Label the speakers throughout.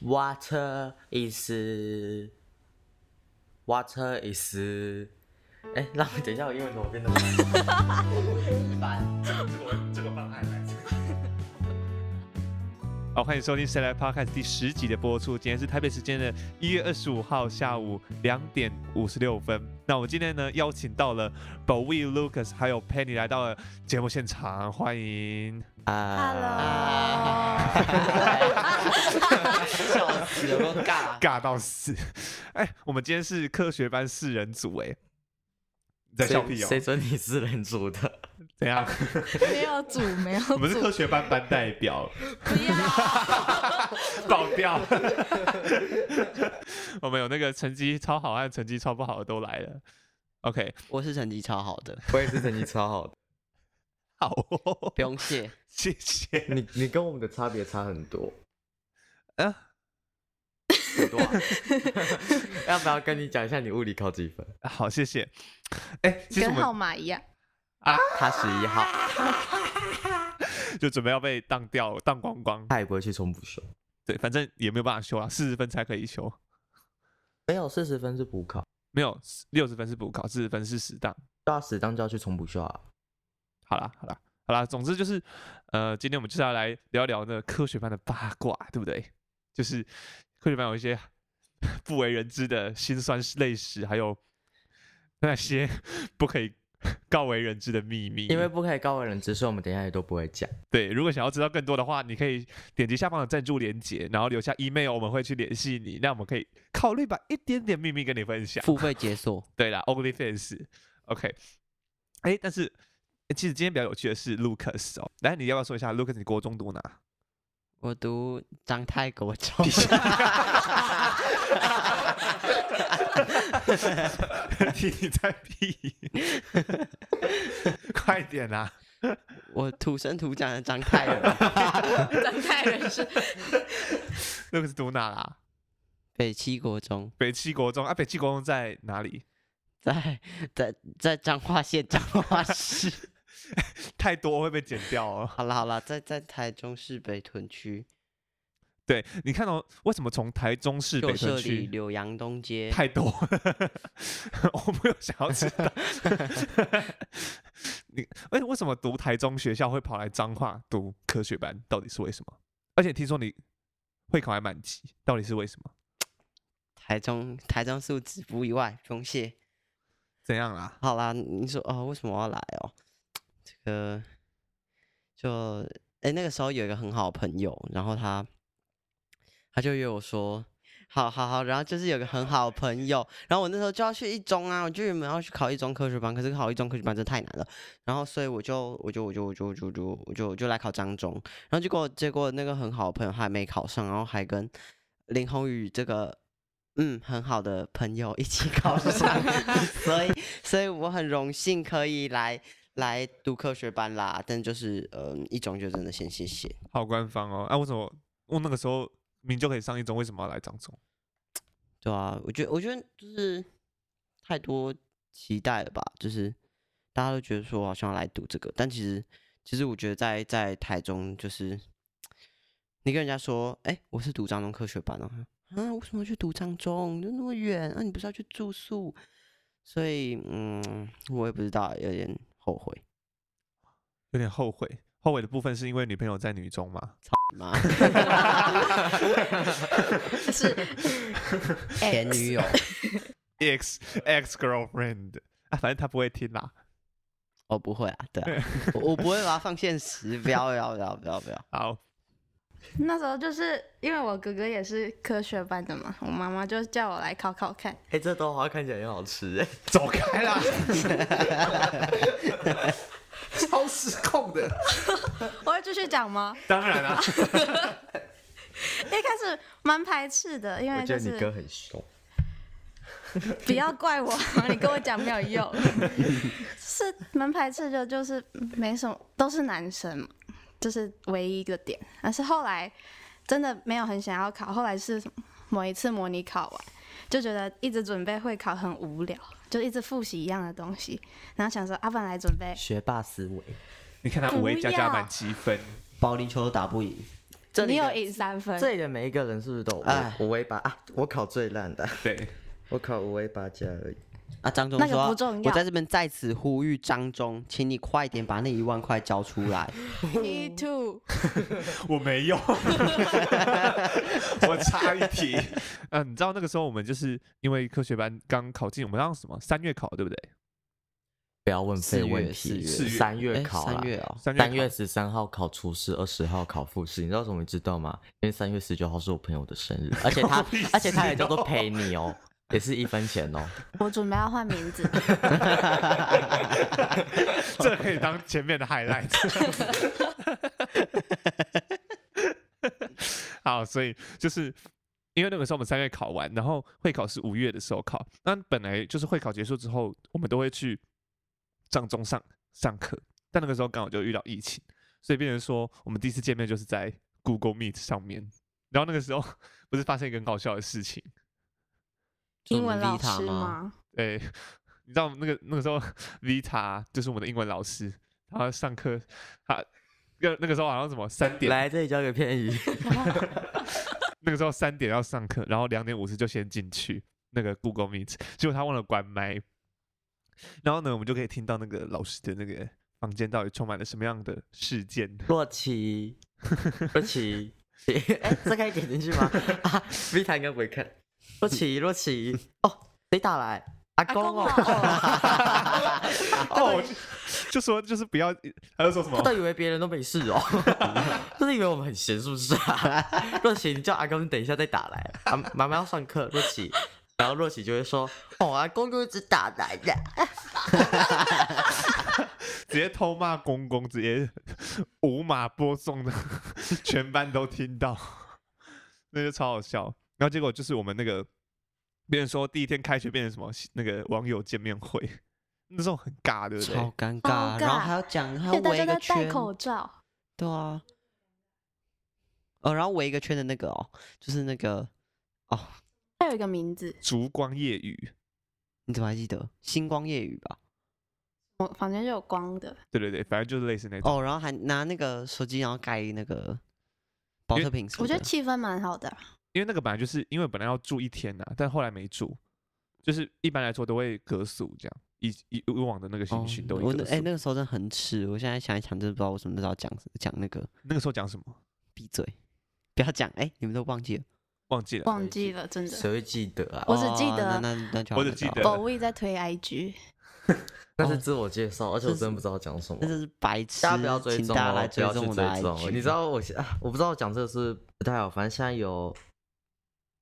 Speaker 1: Water is Water is 哎，让我等一下，我英文怎么变得烦？
Speaker 2: 这个方案来自。
Speaker 3: 好，欢迎收听《谁来 Podcast》第十集的播出。今天是台北时间的一月二十五号下午两点五十六分。那我们今天呢邀请到了 Bowie Lucas 还有 Penny 来到了节目现场，欢迎。
Speaker 1: 啊笑死，有多尬？
Speaker 3: 尬到死！ 哎，我们今天是科学班四人组，哎，你在笑
Speaker 1: 谁
Speaker 3: 屁哦？
Speaker 1: 谁准你是人组的？
Speaker 3: 怎样？
Speaker 4: 没有组，没有
Speaker 3: 我们是科
Speaker 4: 组，
Speaker 3: 学班班代表，
Speaker 4: 不要。
Speaker 3: 爆掉！ 我们有那个成绩超好和成绩超不好的都来了。OK，
Speaker 5: 我是成绩超好的，
Speaker 1: 我也是成绩超好的。
Speaker 3: 好、哦，
Speaker 5: 不用谢。
Speaker 3: 谢谢。
Speaker 1: 你你跟我们的差别差很多，
Speaker 3: 啊，
Speaker 1: 很多、啊。 要不要跟你讲一下你物理考几分？
Speaker 3: 好，谢谢。哎， 其实我
Speaker 4: 跟号
Speaker 3: 们
Speaker 4: 码一 样，
Speaker 1: 他十一号，
Speaker 3: 就准备要被当掉、当光光。
Speaker 1: 他也不会去重补修。
Speaker 3: 对，反正也没有办法修啊，四十分才可以修。
Speaker 1: 没有四十分是补考，
Speaker 3: 没有六十分是补考，四十分是实当。
Speaker 1: 到十张就要去重补修啊。
Speaker 3: 好啦，好啦，好啦，总之就是，呃，今天我们就是要来聊聊那科学班的八卦，对不对？就是科学班有一些 不为人知的辛酸泪史，还有那些 不可以告为人知的秘密。
Speaker 1: 因为不可以告为人知，所以我们等一下也都不会讲。
Speaker 3: 对，如果想要知道更多的话，你可以点击下方的赞助链接，然后留下 email，我们会去联系你。那我们可以考虑把一点点秘密跟你分享。
Speaker 5: 付费 解锁，
Speaker 3: 对啦，OnlyFans，OK、哎，但是、诶其实今天比较有趣的是 Lucas 哦，来，你要不要说一下 Lucas 你国中读哪？
Speaker 5: 我读张泰国中，
Speaker 3: 你你在屁？ 快点啊啦、
Speaker 5: 我土生土长的张泰 人，
Speaker 4: 张太人是
Speaker 3: l u c a s 读哪啦？
Speaker 5: 北七国中，
Speaker 3: 北七国中啊，北七国中在哪里？
Speaker 5: 在在在彰化县彰化市。
Speaker 3: 太多会被剪掉哦。
Speaker 5: 好了好了，在在台中市北屯区
Speaker 3: 对，你看哦，为什么从台中市北
Speaker 5: 旧
Speaker 3: 屯
Speaker 5: 社里
Speaker 3: 区
Speaker 5: 柳阳东街，
Speaker 3: 太多了， 我没有想要知 道。你而且为什么读台中学校会跑来彰化读科学班？到底是为什么？而且听说你会考还满级，到底是为什么？
Speaker 5: 台中台中素质不意外，不用谢。
Speaker 3: 怎样啦？
Speaker 5: 好啦，你说哦，为什么我要来哦？这个就哎、那个时候有一个很好的朋友，然后他他就约我说，好好好，然后就是有个很好的朋友，然后我那时候就要去一中啊，我就原本要去考一中科学班，可是考一中科学班真的太难了，然后所以我就我就我就我就我就我就我就我就来考彰中，然后结果结果那个很好的朋友他还没考上，然后还跟林宏宇这个。嗯，很好的朋友一起考上， 所以所以我很荣幸可以来来读科学班啦，但就是嗯、一中就真的先谢谢。
Speaker 3: 好官方哦。啊，为什么我那个时候明就可以上一中，为什么要来彰中？
Speaker 5: 对啊，我觉得我觉得就是太多期待了吧，就是大家都觉得说好像要来读这个，但其实其实我觉得在在台中就是你跟人家说，哎、我是读彰中科学班哦、啊，为什么要去读彰中？就那么远啊，你不是要去住宿？所以嗯，我也不知道，有点后悔。
Speaker 3: 有点后悔。后悔的部分是因为女朋友在女中嘛？
Speaker 5: 妈，
Speaker 4: 是
Speaker 5: 前 女友
Speaker 3: ex ex girlfriend 啊，反正他不会听啦。
Speaker 5: 哦，不会啊，对啊， 我我不会把它放现实，不要不要不要不要不要，
Speaker 3: 好，
Speaker 4: 那时候就是因为我哥哥也是科学班的嘛，我妈妈就叫我来考考看。
Speaker 1: 哎、这豆花看起来很好吃哎、
Speaker 3: 走开啦！
Speaker 2: 超失控的，
Speaker 4: 我会继续讲吗？
Speaker 3: 当然啊 啦、
Speaker 4: 一开始蛮排斥的，因为
Speaker 1: 我觉
Speaker 4: 就
Speaker 1: 得你哥
Speaker 4: 是
Speaker 1: 很凶，
Speaker 4: 不要怪 我，你跟我讲没有 用，是蛮排斥的，就是没什么，都是男生嘛，这、是唯一一个点。但是后来真的没有很想要考，后来是什么某一次模拟考完，就觉得一直准备会考很无聊，就一直复习一样的东西，然后想说啊，本来准备
Speaker 1: 学霸思维。
Speaker 3: 你看他五 A 加
Speaker 4: 不
Speaker 3: 加
Speaker 4: 要
Speaker 3: 满积分，
Speaker 5: 保龄球都打不赢，
Speaker 1: 这
Speaker 4: 你
Speaker 1: 里
Speaker 4: 有
Speaker 1: 的
Speaker 4: 赢三分，
Speaker 1: 这里的每一个人是不是都有
Speaker 5: 哎
Speaker 1: 五五 A 八啊？我考最烂的，
Speaker 3: 对，
Speaker 1: 我考五 A 八加而已。
Speaker 5: 啊，张忠
Speaker 4: 那个
Speaker 5: 说，
Speaker 4: 不重
Speaker 5: 我
Speaker 4: 要
Speaker 5: 在这边再次呼吁张忠，请你快点把那一万块交出来。
Speaker 4: Me too，
Speaker 3: 我没 有，我差一题。嗯，你知道那个时候我们就是因为科学班刚考进，我们让什么三月考对不对？
Speaker 1: 不要问
Speaker 5: 四
Speaker 1: 废
Speaker 5: 月
Speaker 1: 问
Speaker 5: 四
Speaker 1: 题，
Speaker 5: 月
Speaker 1: 三月
Speaker 5: 哎
Speaker 1: 考啊啦
Speaker 5: 三月哦，
Speaker 3: 三月考
Speaker 1: 三月十三号考初试，二十号考复试，你知道为什么你知道吗？因为三月十九号是我朋友的生日，而且 他
Speaker 3: 屁事哦，
Speaker 1: 而且他也叫做陪你哦，也是一分钱哦。
Speaker 4: 我准备要换名字，
Speaker 3: 这可以当前面的 highlight。好，所以就是因为那个时候我们三月考完，然后会考是五月的时候考。那本来就是会考结束之后，我们都会去上中上上课，但那个时候刚好就遇到疫情，所以变成说我们第一次见面就是在 Google Meet 上面。然后那个时候不是发生一个很搞笑的事情，
Speaker 4: 英文老
Speaker 5: 朱
Speaker 4: 师
Speaker 5: 丽塔？
Speaker 4: 吗？
Speaker 3: 诶， 你知道那个那个时候 Vita 就是我们的英文老师，他上课，他那那个时候好像什么三 点，
Speaker 1: 来，这里交给片宇，
Speaker 4: 啊
Speaker 3: 那个时候三点要上课，然后两点五十就先进去那个 Google Meet，结果他忘了关麦，然后呢，我们就可以听到那个老师的那个房间到底充满了什么样的事件。
Speaker 1: 洛奇，洛奇， 哎、这可以点进去吗？ 啊，V 塔应该不会看。洛奇，洛奇，哦，谁打来？阿
Speaker 4: 阿
Speaker 1: 公
Speaker 4: 公
Speaker 1: 哦，
Speaker 4: 哦
Speaker 3: 哦，我就就 说就是不要，他就说什么
Speaker 1: 他 都以为别人都没事哦， 就是以为我们很闲是不是啊？若琪，你叫阿公等一下再打来，啊、妈妈要上课，若琪。然后若琪就会说：“哦，阿公就一直打来的。
Speaker 3: 直接偷骂公公，直接 五马播送的， 全班都听到， 那就超好笑。然后结果就是我们那个，别人说第一天开学变成什么那个网友见面会， 那时候很尬，对不对？
Speaker 5: 超尴
Speaker 4: 好
Speaker 5: 尬，
Speaker 4: 尬
Speaker 5: 然后还要讲， 还
Speaker 4: 而
Speaker 5: 要
Speaker 4: 且大
Speaker 5: 围
Speaker 4: 家
Speaker 5: 一个
Speaker 4: 在戴
Speaker 5: 圈，
Speaker 4: 口罩，
Speaker 5: 对啊，哦，然后围一个圈的那个哦，就是那个哦，
Speaker 4: 它有一个名字，
Speaker 3: 烛光夜雨，
Speaker 5: 你怎么还记得？星光夜雨吧？
Speaker 4: 我房间就有光的，
Speaker 3: 对对对，反正就是类似那种。
Speaker 5: 哦，然后还拿那个手机，然后盖那个保
Speaker 3: 因为
Speaker 5: 特瓶什
Speaker 4: 我
Speaker 5: 么
Speaker 4: 觉
Speaker 5: 的。
Speaker 4: 得气氛蛮好的。啊
Speaker 3: 因为那个本来就是因为本来要住一天呐、但后来没住，就是一般来说都会隔宿这样，以以以往的那个
Speaker 5: 哦
Speaker 3: 行训都
Speaker 5: 我
Speaker 3: 会
Speaker 5: 那
Speaker 3: 隔
Speaker 5: 哎、
Speaker 3: 宿。
Speaker 5: 那个时候真的很耻，我现在想一想，真的不知道我什么时候讲讲那个
Speaker 3: 那个时候讲什么
Speaker 5: 闭嘴，不要讲，哎、你们都忘记了，
Speaker 3: 忘记了，
Speaker 4: 忘记了，真”的。
Speaker 1: 谁会记得啊？
Speaker 4: 我只记
Speaker 5: 哦
Speaker 4: 得
Speaker 5: 那那那就
Speaker 3: 我
Speaker 5: 好
Speaker 3: 只
Speaker 5: 那
Speaker 3: 记
Speaker 5: 好
Speaker 3: 得
Speaker 4: 宝威在推 IG，
Speaker 1: 那是自我介绍，而且我
Speaker 5: 这是
Speaker 1: 真的不知道讲什么
Speaker 5: 那。这是白痴，
Speaker 1: 大家不要追
Speaker 5: 请
Speaker 1: 踪
Speaker 5: 大家来
Speaker 1: 哦，不
Speaker 5: 追
Speaker 1: 要去
Speaker 5: 踪我的
Speaker 1: 追踪哦。
Speaker 5: IG
Speaker 1: 你知道我现啊，我不知道讲这个是不太好，反正现在有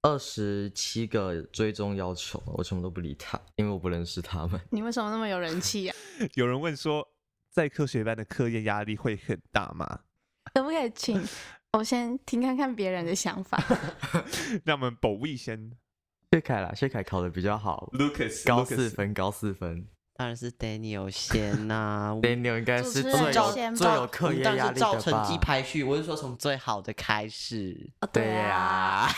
Speaker 1: 二十七个追踪要求，我全部都不理他，因为我不认识他们。
Speaker 4: 你为什么那么有人气啊呀、
Speaker 3: 有人问说，在科学班的课业压力会很大吗？
Speaker 4: 可不可以请我先听看看别人的想法？
Speaker 3: 那我们保卫先
Speaker 1: 薛凯啦，薛凯考的比较好，
Speaker 3: ，Lucas
Speaker 1: 高
Speaker 3: Lucas
Speaker 1: 四，分，高四分。
Speaker 5: 当然是 Daniel 先 呐、我
Speaker 1: d a n 哎应该
Speaker 4: 主
Speaker 1: 是
Speaker 4: 持
Speaker 1: 最
Speaker 4: 人
Speaker 1: 有
Speaker 4: 先
Speaker 1: 最
Speaker 4: 吧
Speaker 1: 有
Speaker 5: 我
Speaker 1: 课
Speaker 5: 们
Speaker 1: 业
Speaker 5: 当
Speaker 1: 压
Speaker 5: 然
Speaker 1: 力
Speaker 5: 是
Speaker 1: 的吧
Speaker 5: 照成绩排序，我是说从最好的 开始。
Speaker 4: 哦
Speaker 1: 对呀、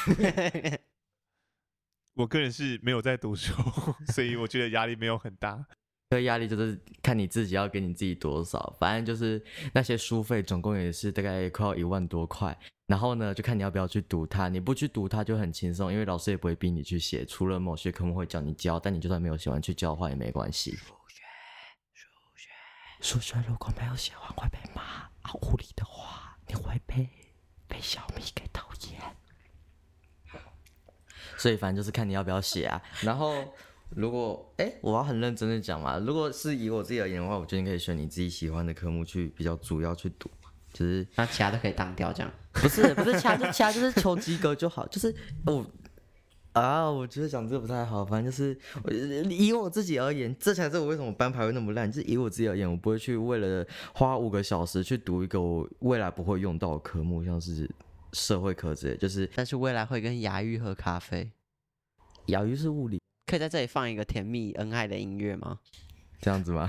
Speaker 3: 我个人是没有在读书， 所以我觉得压力没有很大。
Speaker 1: 课业压力就是看你自己要给你自己多少，反正就是那些书费总共也是大概快要一万多块。然后呢，就看你要不要去读它。你不去读它就很轻松，因为老师也不会逼你去写，除了某些科目会叫你交，但你就算没有写完去交的话也没关系。数学，数学，数学如果没有写完会被骂，啊，无理的话你会被被小米给讨厌。所以反正就是看你要不要写啊。然后如果哎、我要很认真的讲嘛，如果是以我自己而言的话，我觉得你可以选你自己喜欢的科目去比较主要去读嘛，就是
Speaker 5: 那其他都可以当掉，这样
Speaker 1: 不是不是其他就其他就是求及格就好，就是我。啊，我觉得讲这个不太好，反正就是我以我自己而言，这才是我为什么班牌会那么烂。就是以我自己而言，我不会去为了花五个小时去读一个我未来不会用到的科目，像是社会科之类。就是
Speaker 5: 但是未来会跟牙玉喝咖啡，
Speaker 1: 亚于是物理，
Speaker 5: 可以在这里放一个甜蜜恩爱的音乐吗？
Speaker 1: 这样子吗？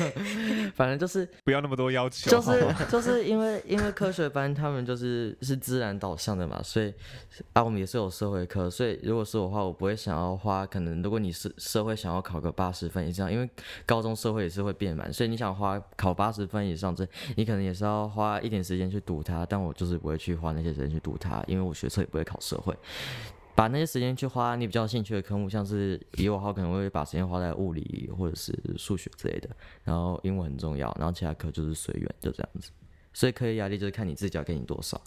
Speaker 1: 反正就是
Speaker 3: 不要那么多要求，
Speaker 1: 就
Speaker 3: 好不
Speaker 1: 是
Speaker 3: 好
Speaker 1: 就是因为因为科学班他们就是是自然导向的嘛，所以啊我们也是有社会科，所以如果是我的话，我不会想要花可能如果你是社会想要考个八十分以上，因为高中社会也是会变满，所以你想花考八十分以上，这你可能也是要花一点时间去读它，但我就是不会去花那些时间去读它，因为我学测也不会考社会。把那些时间去花你比较有兴趣的科目，像是以我的话可能会把时间花在物理或者是数学之类的，然后英文很重要，然后其他科就是随缘，就这样子。所以课业压力就是看你自己要给你多少。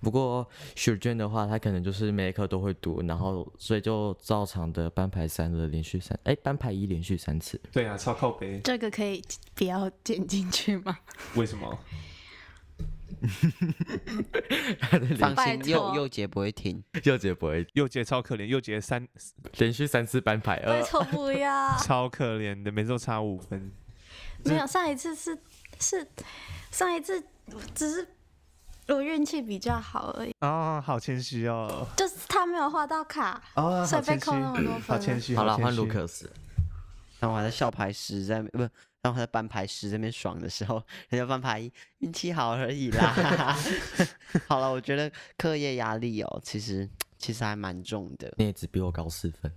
Speaker 1: 不过雪娟的话，她可能就是每一科都会读，然后所以就照常的班排三的连续三，哎，班排一连续三次。
Speaker 3: 对啊，超靠背，
Speaker 4: 这个可以不要剪进去 吗？
Speaker 3: 为什么？
Speaker 5: 放
Speaker 4: 拜
Speaker 5: 心，
Speaker 4: 托
Speaker 5: 佑佑杰不会听。
Speaker 1: 又姐不会
Speaker 3: 又杰超可怜，又杰三，
Speaker 1: 连续三次班排
Speaker 4: 拜
Speaker 1: 二，
Speaker 4: 托不要
Speaker 3: 超可怜的，每次都差五分。
Speaker 4: 没有上一次是是上一次只是我运气比较好而已，
Speaker 3: 啊、好谦虚哦，
Speaker 4: 就是他没有画到卡，
Speaker 3: 啊，
Speaker 4: 所
Speaker 3: 好
Speaker 4: 以被
Speaker 3: 谦虚，
Speaker 4: 扣那么多
Speaker 3: 好
Speaker 4: 分
Speaker 3: 谦
Speaker 4: 了。
Speaker 3: 虚。
Speaker 1: 好了，
Speaker 3: 谦
Speaker 1: 换
Speaker 3: 虚
Speaker 1: 卢。克斯。
Speaker 5: 然后我还在校排十在那边不，然后还在班排十这边爽的时候，人家班排一运气好而已啦。 好了，我觉得课业压力哦，其实其实还蛮重的，
Speaker 1: 你也只比我高四分，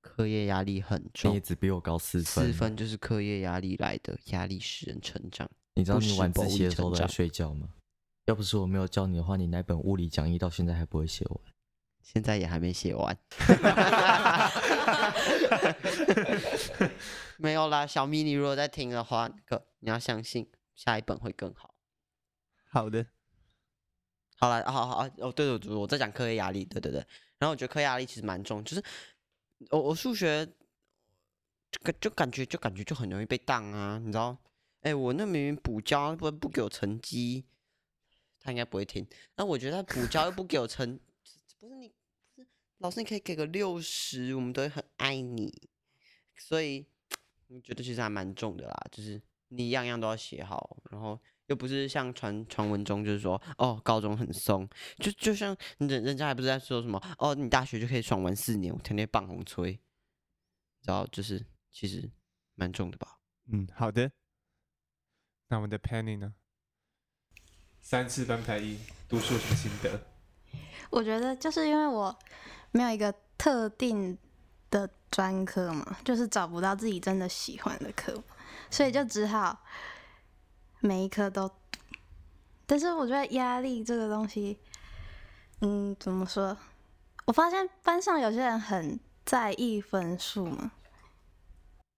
Speaker 5: 课业压力很
Speaker 1: 你也
Speaker 5: 重。
Speaker 1: 只比我高四分。
Speaker 5: 四分就是课业压力来的，压力使人成长。
Speaker 1: 你知道
Speaker 5: 不
Speaker 1: 你
Speaker 5: 是
Speaker 1: 晚
Speaker 5: 暴
Speaker 1: 自
Speaker 5: 力
Speaker 1: 习的时
Speaker 5: 成
Speaker 1: 候都在
Speaker 5: 长
Speaker 1: 睡觉吗？要不是我没有教你的话，你那本物理讲义到现在还不会写完。
Speaker 5: 现在也还没写完。 没有啦，小咪，你如果在听的话，那个你要相信下一本会更好。
Speaker 3: 好的，
Speaker 5: 好啦，好好好哦，对对对，我在讲课业压力，对对对。然后我觉得课业压力其实蛮重，就是我我数学就感就感觉就感觉就很容易被当啊，你知道？哎，我那明明补交不不给我成绩，他应该不会听。那我觉得他补交又不给我成，不是你不是老师，你可以给个六十，我们都会很爱你。所以我觉得其实还蛮重的啦，就是你样样都要写好，然后又不是像传传闻中就是说哦高中很松，就就像人人家还不是在说什么哦你大学就可以爽玩四年，我天天棒红吹，然后就是其实蛮重的吧。
Speaker 3: 嗯，好的。那我们的 Penny 呢？三次班排一，读书有什么心得？
Speaker 4: 我觉得就是因为我没有一个特定的专科嘛，就是找不到自己真的喜欢的科，所以就只好每一科都。但是我觉得压力这个东西，嗯，怎么说？我发现班上有些人很在意分数嘛，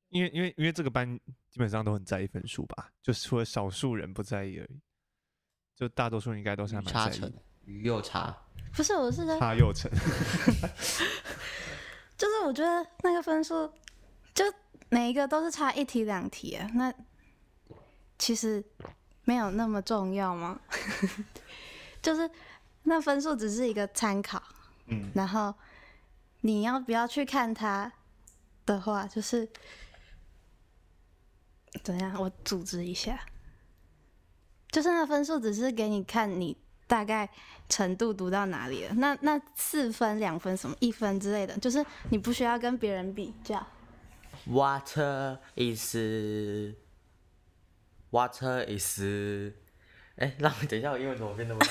Speaker 3: 因为因为因为这个班基本上都很在意分数吧，就除了少数人不在意而已，就大多数人应该都
Speaker 1: 嗯
Speaker 3: 是还
Speaker 5: 鱼
Speaker 3: 蛮
Speaker 5: 叉
Speaker 3: 在意
Speaker 5: 城
Speaker 3: 的。，
Speaker 5: 鱼又叉，
Speaker 4: 不是，我是说
Speaker 3: 差又成，
Speaker 4: 就是我觉得那个分数，就每一个都是差一题两题啊，那其实没有那么重要吗？ 就是那分数只是一个参考，
Speaker 3: 嗯，
Speaker 4: 然后你要不要去看它的话，就是怎样？我组织一下，就是那分数只是给你看你大概程度读到哪里了。那那四分、两分、什么一分之类的，就是你不需要跟别人比较。
Speaker 1: Water is water is，哎、让我等一下，我英文怎么变那么 烂？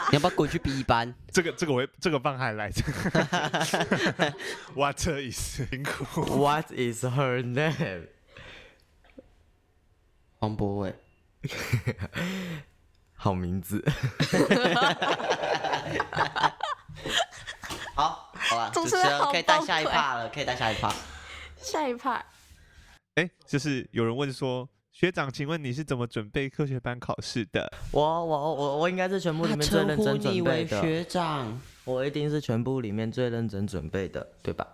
Speaker 5: 你要不要滚去 B 班？
Speaker 3: 这个这个我会这个放还来着。Water is 辛 苦，
Speaker 1: What is her name？
Speaker 5: 黄博伟，
Speaker 1: 好名字，
Speaker 5: 好，好吧，
Speaker 4: 主
Speaker 5: 主
Speaker 4: 持
Speaker 5: 持
Speaker 4: 人
Speaker 5: 人
Speaker 4: 好
Speaker 5: 可以带
Speaker 4: 崩
Speaker 5: 下一
Speaker 4: 溃
Speaker 5: 趴了，可以带下一趴。
Speaker 4: 下一 part
Speaker 3: 哎，就是有人问说，学长，请问你是怎么准备科学班考试的？
Speaker 1: 我我我我应该是全部里面最认真准备
Speaker 5: 他称呼你
Speaker 1: 的，
Speaker 5: 为学长，
Speaker 1: 我一定是全部里面最认真准备的，对吧？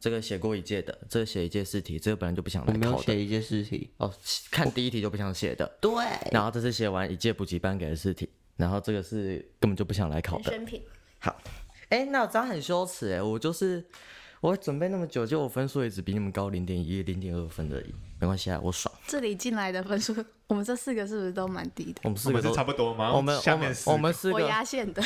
Speaker 1: 这个写过一届的，这个写一届试题，这个本来就不想
Speaker 5: 我
Speaker 1: 来
Speaker 5: 哦没有哦
Speaker 1: 考的。
Speaker 5: 写一件事情。
Speaker 1: 哦， 看第一题就不想写的，
Speaker 5: 对，
Speaker 1: 然后这次写完一届补习班给的试题，然后这个是根本就不想来考的。
Speaker 4: 选品，
Speaker 1: 欸好，哎、那我这样很羞耻哎、我就是我准备那么久，结果我分数也只比你们高零点一、零点二分而已，没关系啊，我爽。
Speaker 4: 这里进来的分数，我们这四个是不是都蛮低的？
Speaker 1: 我们四
Speaker 2: 我
Speaker 1: 个
Speaker 2: 们是
Speaker 1: 都
Speaker 2: 差，不多吗？
Speaker 1: 我们
Speaker 2: 下
Speaker 1: 我
Speaker 2: 面
Speaker 1: 们
Speaker 2: 四个
Speaker 1: 我们四
Speaker 4: 我
Speaker 1: 个，
Speaker 4: 压线的，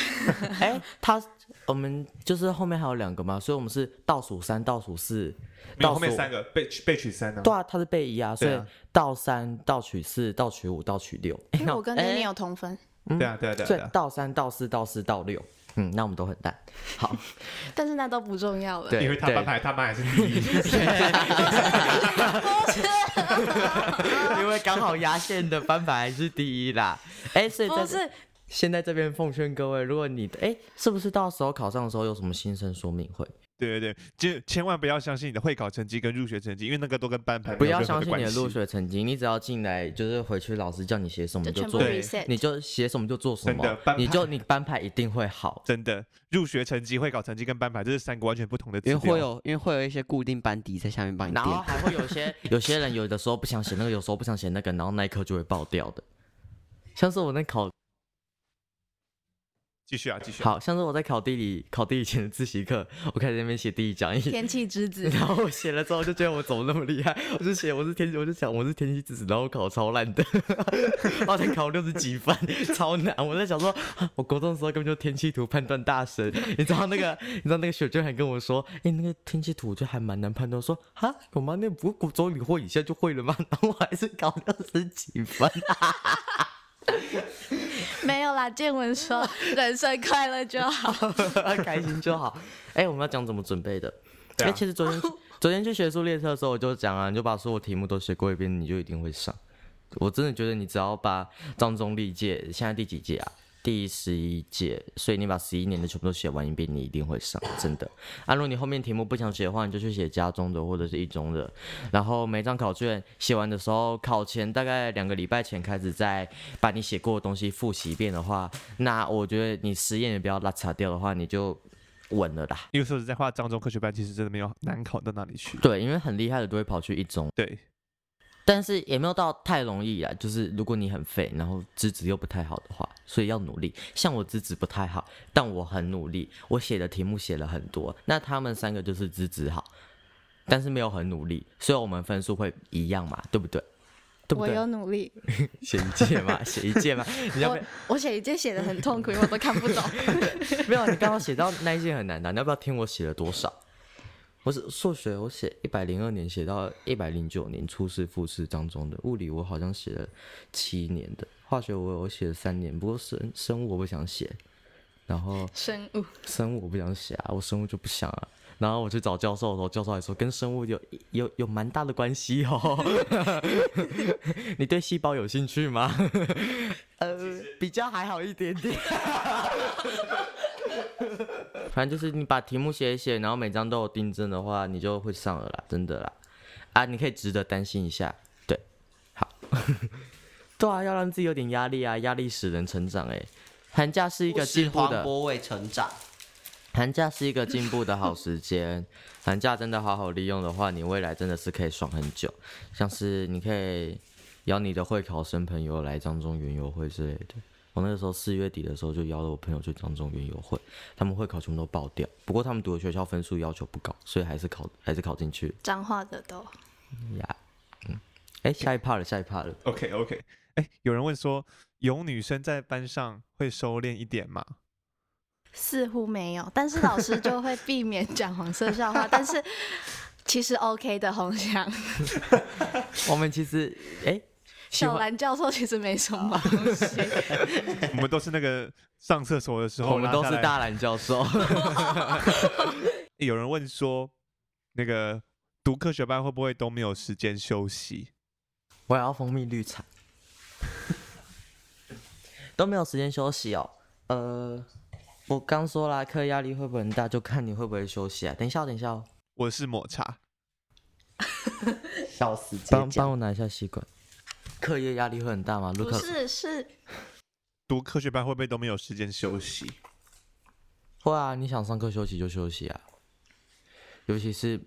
Speaker 1: 哎、他我们就是后面还有两个嘛，所以我们是倒数三、倒数四、
Speaker 2: 没有
Speaker 1: 倒
Speaker 2: 后
Speaker 1: 数
Speaker 2: 面三个被取被取三呢、
Speaker 1: 对啊，他是背一啊，所
Speaker 2: 对
Speaker 1: 以
Speaker 2: 啊
Speaker 1: 倒三、倒取四、倒取五、倒取六。
Speaker 4: 因为我跟
Speaker 1: 哎
Speaker 4: 妮妮有同分，
Speaker 2: 对啊，对啊，对啊，对
Speaker 1: 所以
Speaker 2: 啊，
Speaker 1: 倒三、倒四、倒四、倒六，嗯，那我们都很淡。 好，
Speaker 4: 但是那都不重要了。
Speaker 1: 哎对
Speaker 2: 因为他
Speaker 1: 对
Speaker 2: 班排他妈还是第一，
Speaker 4: 哦啊
Speaker 1: 因为刚好压线的班排还是第一啦。哎、所以在
Speaker 4: 不是，
Speaker 1: 现在这边奉劝各位，如果你哎、是不是到时候考上的时候有什么新生说明会？
Speaker 3: 对对对，就千万不要相信你的会考成绩跟入学成绩，因为那个都跟班排
Speaker 1: 哎不
Speaker 3: 没有
Speaker 1: 要
Speaker 3: 任何
Speaker 1: 相
Speaker 3: 的
Speaker 1: 信你的
Speaker 3: 关系
Speaker 1: 入学成绩，你只要进来就是回去老师叫你写什
Speaker 5: 嗯
Speaker 1: 么
Speaker 4: 就
Speaker 1: 就
Speaker 4: 全部
Speaker 1: 做，
Speaker 2: 对
Speaker 4: reset。
Speaker 1: 你就写什么就做什
Speaker 2: 真的
Speaker 1: 么
Speaker 2: 班，排
Speaker 1: 你就你班排一定会好。
Speaker 3: 真的入学成绩、会考成绩跟班排这是三个完全不哦同的指
Speaker 5: 因为
Speaker 3: 标。
Speaker 5: 会有因为会有一些固定班底在下面帮你
Speaker 1: 然
Speaker 5: 垫
Speaker 1: 后。还会有 些有些人有的时候不想写那个，有时候不想写那个，然后那一科就会爆掉的。像是我那考
Speaker 3: 继续啊，继续啊。
Speaker 1: 好，像是我在考地理考地理前的自习课，我开始在那边写地理讲义，
Speaker 4: 天气之 子，
Speaker 1: 然后我写了之后就觉得我怎么那么厉害，我就写我是天，我就想我是天气之子，然后我考超烂的，然后才考六十几分，超难。我在想说，啊我国中的时候根本就天气图判断大神，你知道那个，你知道那个雪娟还跟我说，哎、那个天气图就还蛮难判断，我说哈，我妈那不是国中你会一下就会了吗？ 然后我还是考六十几分，
Speaker 4: 没有啦。建文 说人生快乐就好，
Speaker 1: 开心就好。哎、我们要讲怎么准备的。哎、
Speaker 2: 对啊
Speaker 1: 其实昨天 昨天去学术列车的时候，我就讲啊，你就把所有题目都写过一遍，你就一定会上。我真的觉得你只要把张中历届现在第几届啊？第十一届，所以你把十一年的全部都写完一遍，你一定 会上，真的。啊，如果你后面题目不想写的话，你就去写家中的或者是一中的。然后每张考卷写完的时候，考前大概两个礼拜前开始再把你写过的东西复习一遍的话，那我觉得你实验也不要拉扯掉的话，你就稳了啦。
Speaker 3: 因为说实在话，漳州科学班其实真的没有难考到哪 里去。
Speaker 1: 对，因为很厉害的都会跑去一中，
Speaker 3: 对，
Speaker 1: 但是也没有到太容易啊。就是如果你很废，然后资质又不太好的话，所以要努力。像我资质不太好，但我很努力，我写的题目写了很多。那他们三个就是资质好，但是没有很努力，所以我们分数会一样嘛，对不对？对不
Speaker 4: 我
Speaker 1: 对？
Speaker 4: 有努力，
Speaker 1: 写一届嘛，写一届嘛。你要不
Speaker 4: 我我写一届写的很痛苦，因为我都看不 懂。
Speaker 1: 要 没有？你刚刚写到那一届很难的，你要不要听我写了多少？我是数学，我写一百零二年写到一百零九年初试复试当中的物理，我好像写了七年的，化学我我写了三年，不过生生物我不想写，然后
Speaker 4: 生物
Speaker 1: 生物我不想写啊，我生物就不想啊。然后我去找教授的时候，教授还说跟生物有有有蛮大的关系哦。你对细胞有兴趣吗？呃，比较还好一点点。反正就是你把题目写一写，然后每张都有订正的话，你就会上了啦，真的啦。啊，你可以值得担心一下，对，好， 对啊，要让自己有点压力啊，压力使人成长哎、寒假是一个进步的，
Speaker 5: 波位成长，
Speaker 1: 寒假是一个进步的好时间，寒假真的好好利用的话，你未来真的是可以爽很久。像是你可以邀你的会考生朋友来漳中云游会之类的。我那个时候四月底的时候就邀了我朋友去漳中云游会，他们会考全部都爆掉，不过他们读的学校分数要求不高，所以还是考还是考进去
Speaker 4: 脏话的都
Speaker 1: 呀。嗯，哎，下一趴了，下一趴了。
Speaker 2: OK OK，
Speaker 3: 哎，有人问说，有女生在班上会收敛一点吗？
Speaker 4: 似乎没有，但是老师就会避免讲黄色笑话，但是其实 OK 的红翔。
Speaker 1: 我们其实哎，喜
Speaker 4: 小
Speaker 1: 欢
Speaker 4: 兰教授其实没什么
Speaker 5: 啊
Speaker 4: 东西，
Speaker 3: 我们都是那个上厕所的时候，
Speaker 1: 我们都是
Speaker 3: 拉下来
Speaker 1: 大蓝教授。
Speaker 3: 有人问说，那个读科学班会不会都没有时间休息？
Speaker 1: 我也要蜂蜜绿茶， 都没有时间休息哦。呃，我刚说啦，课业压力会不会很大，就看你会不会休息啊。等一下哦，等一下哦，
Speaker 3: 我是抹茶，
Speaker 5: 笑死！
Speaker 1: 帮帮我拿一下嗯吸管。课业压力会很大吗？卢
Speaker 4: 不
Speaker 1: 克
Speaker 4: 是是
Speaker 3: 读科学班会不会都没有时间休息？
Speaker 1: 会啊，你想上课休息就休息啊。尤其是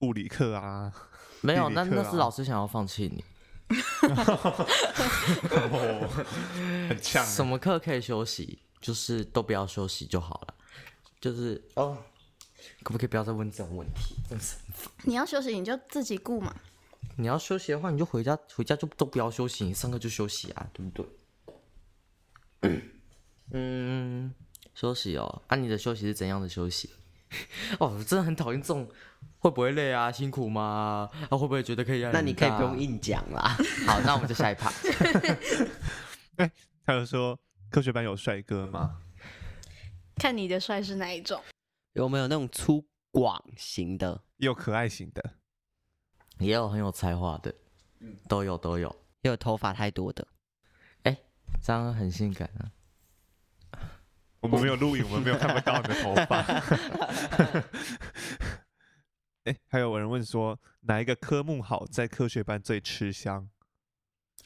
Speaker 3: 物理课啊，
Speaker 1: 没有，
Speaker 3: 地理
Speaker 1: 那
Speaker 3: 课
Speaker 1: 那
Speaker 3: 啊
Speaker 1: 是老师想要放弃你。
Speaker 2: 哦， 很呛啊，
Speaker 1: 什么课可以休息？就是都不要休息就好了。就是哦，可不可以不要再问这种问题？真是，
Speaker 4: 你要休息你就自己顾嘛。
Speaker 1: 你要休息的话，你就回家，回家就都不要休息，你上课就休息啊，对不对？ 嗯，休息哦，啊，你的休息是怎样的休息？ 哦，我真的很讨厌这种，会不会累啊？辛苦吗？啊，会不会觉得可以压力
Speaker 5: 那你可以
Speaker 1: 很
Speaker 5: 不
Speaker 1: 大啊
Speaker 5: 用硬讲啦。
Speaker 1: 好，那我们就下一趴。
Speaker 3: 他有说科学班有帅哥吗？
Speaker 4: 看你的帅是哪一种？
Speaker 5: 有没有那种粗犷型的？
Speaker 3: 也有可爱型的，
Speaker 1: 也有很有才华的，都有都有，
Speaker 5: 也有头发太多的？
Speaker 1: 这样很性感啊。
Speaker 3: 我们没 有录影，我们没有看不到你的头发。 哎、还有人问说哪一个科目好，在科学班最吃香？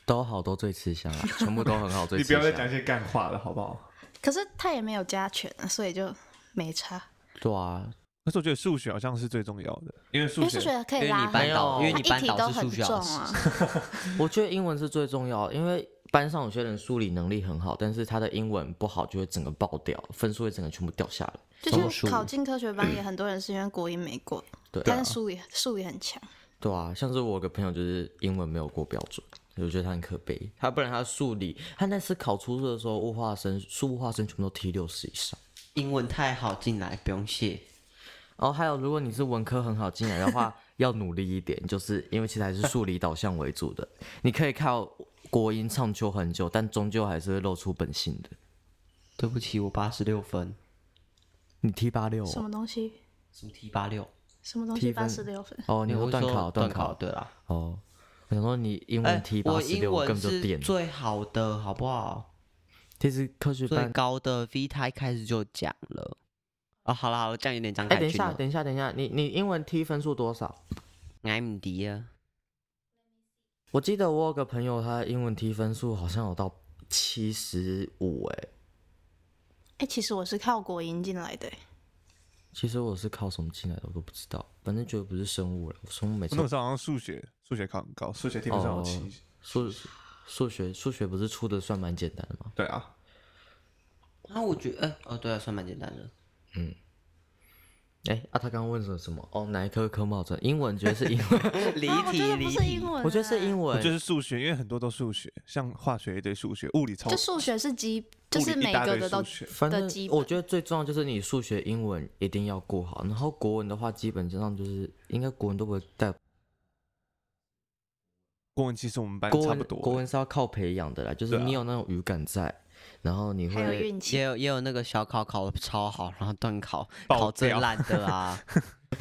Speaker 1: 都好，都最吃香啊，全部都很好，最
Speaker 2: 你
Speaker 1: 吃
Speaker 2: 不
Speaker 1: 香。
Speaker 2: 要再讲一些干话了，好不好？
Speaker 4: 可是他也没有加权啊，所以就没差。
Speaker 1: 对啊，
Speaker 3: 可是我觉得数学好像是最重要的，
Speaker 2: 因为
Speaker 4: 因
Speaker 2: 数
Speaker 4: 为数
Speaker 2: 学
Speaker 4: 学可
Speaker 5: 因
Speaker 4: 以
Speaker 5: 为
Speaker 4: 拉
Speaker 5: 你
Speaker 4: 很
Speaker 5: 班导，
Speaker 4: 多，
Speaker 5: 因为
Speaker 4: 他
Speaker 5: 你班
Speaker 4: 一题都
Speaker 5: 导是
Speaker 4: 很
Speaker 5: 数学
Speaker 4: 重
Speaker 5: 老师
Speaker 4: 啊。。
Speaker 1: 我觉得英文是最重要的，因为班上有些人数理能力很好，但是他的英文不好，就会整个爆掉，分数会整个全部掉下来。
Speaker 4: 就
Speaker 5: 怎么
Speaker 4: 像
Speaker 5: 说
Speaker 4: 考进科学班也很多人是因为国英没过，
Speaker 1: 对啊
Speaker 4: 但是数理数理很强。
Speaker 1: 对啊，像是我有个朋友就是英文没有过标准，所以我觉得他很可悲。他不然他数理，他那次考初试的时候，物化生、数物化生全部都 T 六十以上。
Speaker 5: 英文太好进来，不用谢。
Speaker 1: 然后还有，如果你是文科很好进来的话，要努力一点，就是因为其实还是数理导向为主的。你可以靠国音唱秋很久，但终究还是会露出本性的。
Speaker 5: 对不起，我八十六分，
Speaker 1: 你 T 八六哦
Speaker 4: 什么东西？
Speaker 5: 什么 T 八六？
Speaker 4: 什么东
Speaker 1: 提
Speaker 4: 西
Speaker 1: 分
Speaker 4: 八十六分？
Speaker 1: 哦，你
Speaker 5: 因为
Speaker 1: 说
Speaker 5: 我
Speaker 1: 断
Speaker 5: 说
Speaker 1: 考
Speaker 5: 断
Speaker 1: 考
Speaker 5: 对啦。
Speaker 1: 哦，我想说你英文
Speaker 5: 哎
Speaker 1: T 八
Speaker 5: 我
Speaker 1: 十
Speaker 5: 英
Speaker 1: 六，我根
Speaker 5: 文
Speaker 1: 本就是点。
Speaker 5: 最好的，好不好？
Speaker 1: 其实科学
Speaker 5: 最
Speaker 1: 班，
Speaker 5: 高的 V 他一开始就讲了。哦，好了好了，这样有点张
Speaker 1: 哎，
Speaker 5: 凯
Speaker 1: 等一
Speaker 5: 军
Speaker 1: 下，
Speaker 5: 了。
Speaker 1: 等一下，等一下，你你英文 T 分数多少？
Speaker 5: 艾米迪啊，
Speaker 1: 我记得我有个朋友，他英文 T 分数好像有到七十五，哎，
Speaker 4: 哎、其实我是靠国英进来的、欸
Speaker 1: 其实我是靠什么进来的我都不知道，反正绝对不是生物哦了，我生物每次
Speaker 3: 我那个时候好像数学数学考很高，
Speaker 2: 数学听不上我
Speaker 1: 哦
Speaker 2: 七十，
Speaker 1: 数数学数学不是出的算蛮简单的吗？
Speaker 2: 对啊，
Speaker 5: 那我觉得，哎哦，对啊，算蛮简 单的。
Speaker 1: 哎、啊，他刚刚问了什么？哦，哪一科科目好准？英文，觉得是英文，
Speaker 5: 离
Speaker 4: 啊，我觉
Speaker 5: 题
Speaker 4: 得不
Speaker 5: 离
Speaker 4: 是
Speaker 5: 题
Speaker 4: 英，文、啊
Speaker 1: 我觉得是英文，
Speaker 3: 我就是数学，因为很多都数学，像化学一堆数学，物理超
Speaker 4: 就数学是基，就是
Speaker 2: 物理
Speaker 4: 每
Speaker 2: 一大
Speaker 4: 个
Speaker 2: 堆
Speaker 4: 的都
Speaker 2: 数学
Speaker 1: 反正
Speaker 4: 的基本
Speaker 1: 我觉得最重要就是你数学、英文一定要过好，然后国文的话，基本上就是应该国文都不会带，
Speaker 3: 国文其实我们班
Speaker 1: 国
Speaker 3: 差
Speaker 1: 文
Speaker 3: 不多。欸
Speaker 1: 国文是要靠培养的啦，就是
Speaker 3: 对啊
Speaker 1: 你有那种语感在，然后你
Speaker 4: 还有
Speaker 1: 会
Speaker 4: 运
Speaker 5: 也
Speaker 4: 气。
Speaker 5: 有也有那个小考考的超好，然后断考
Speaker 3: 爆
Speaker 5: 考最
Speaker 3: 掉
Speaker 5: 烂的啊，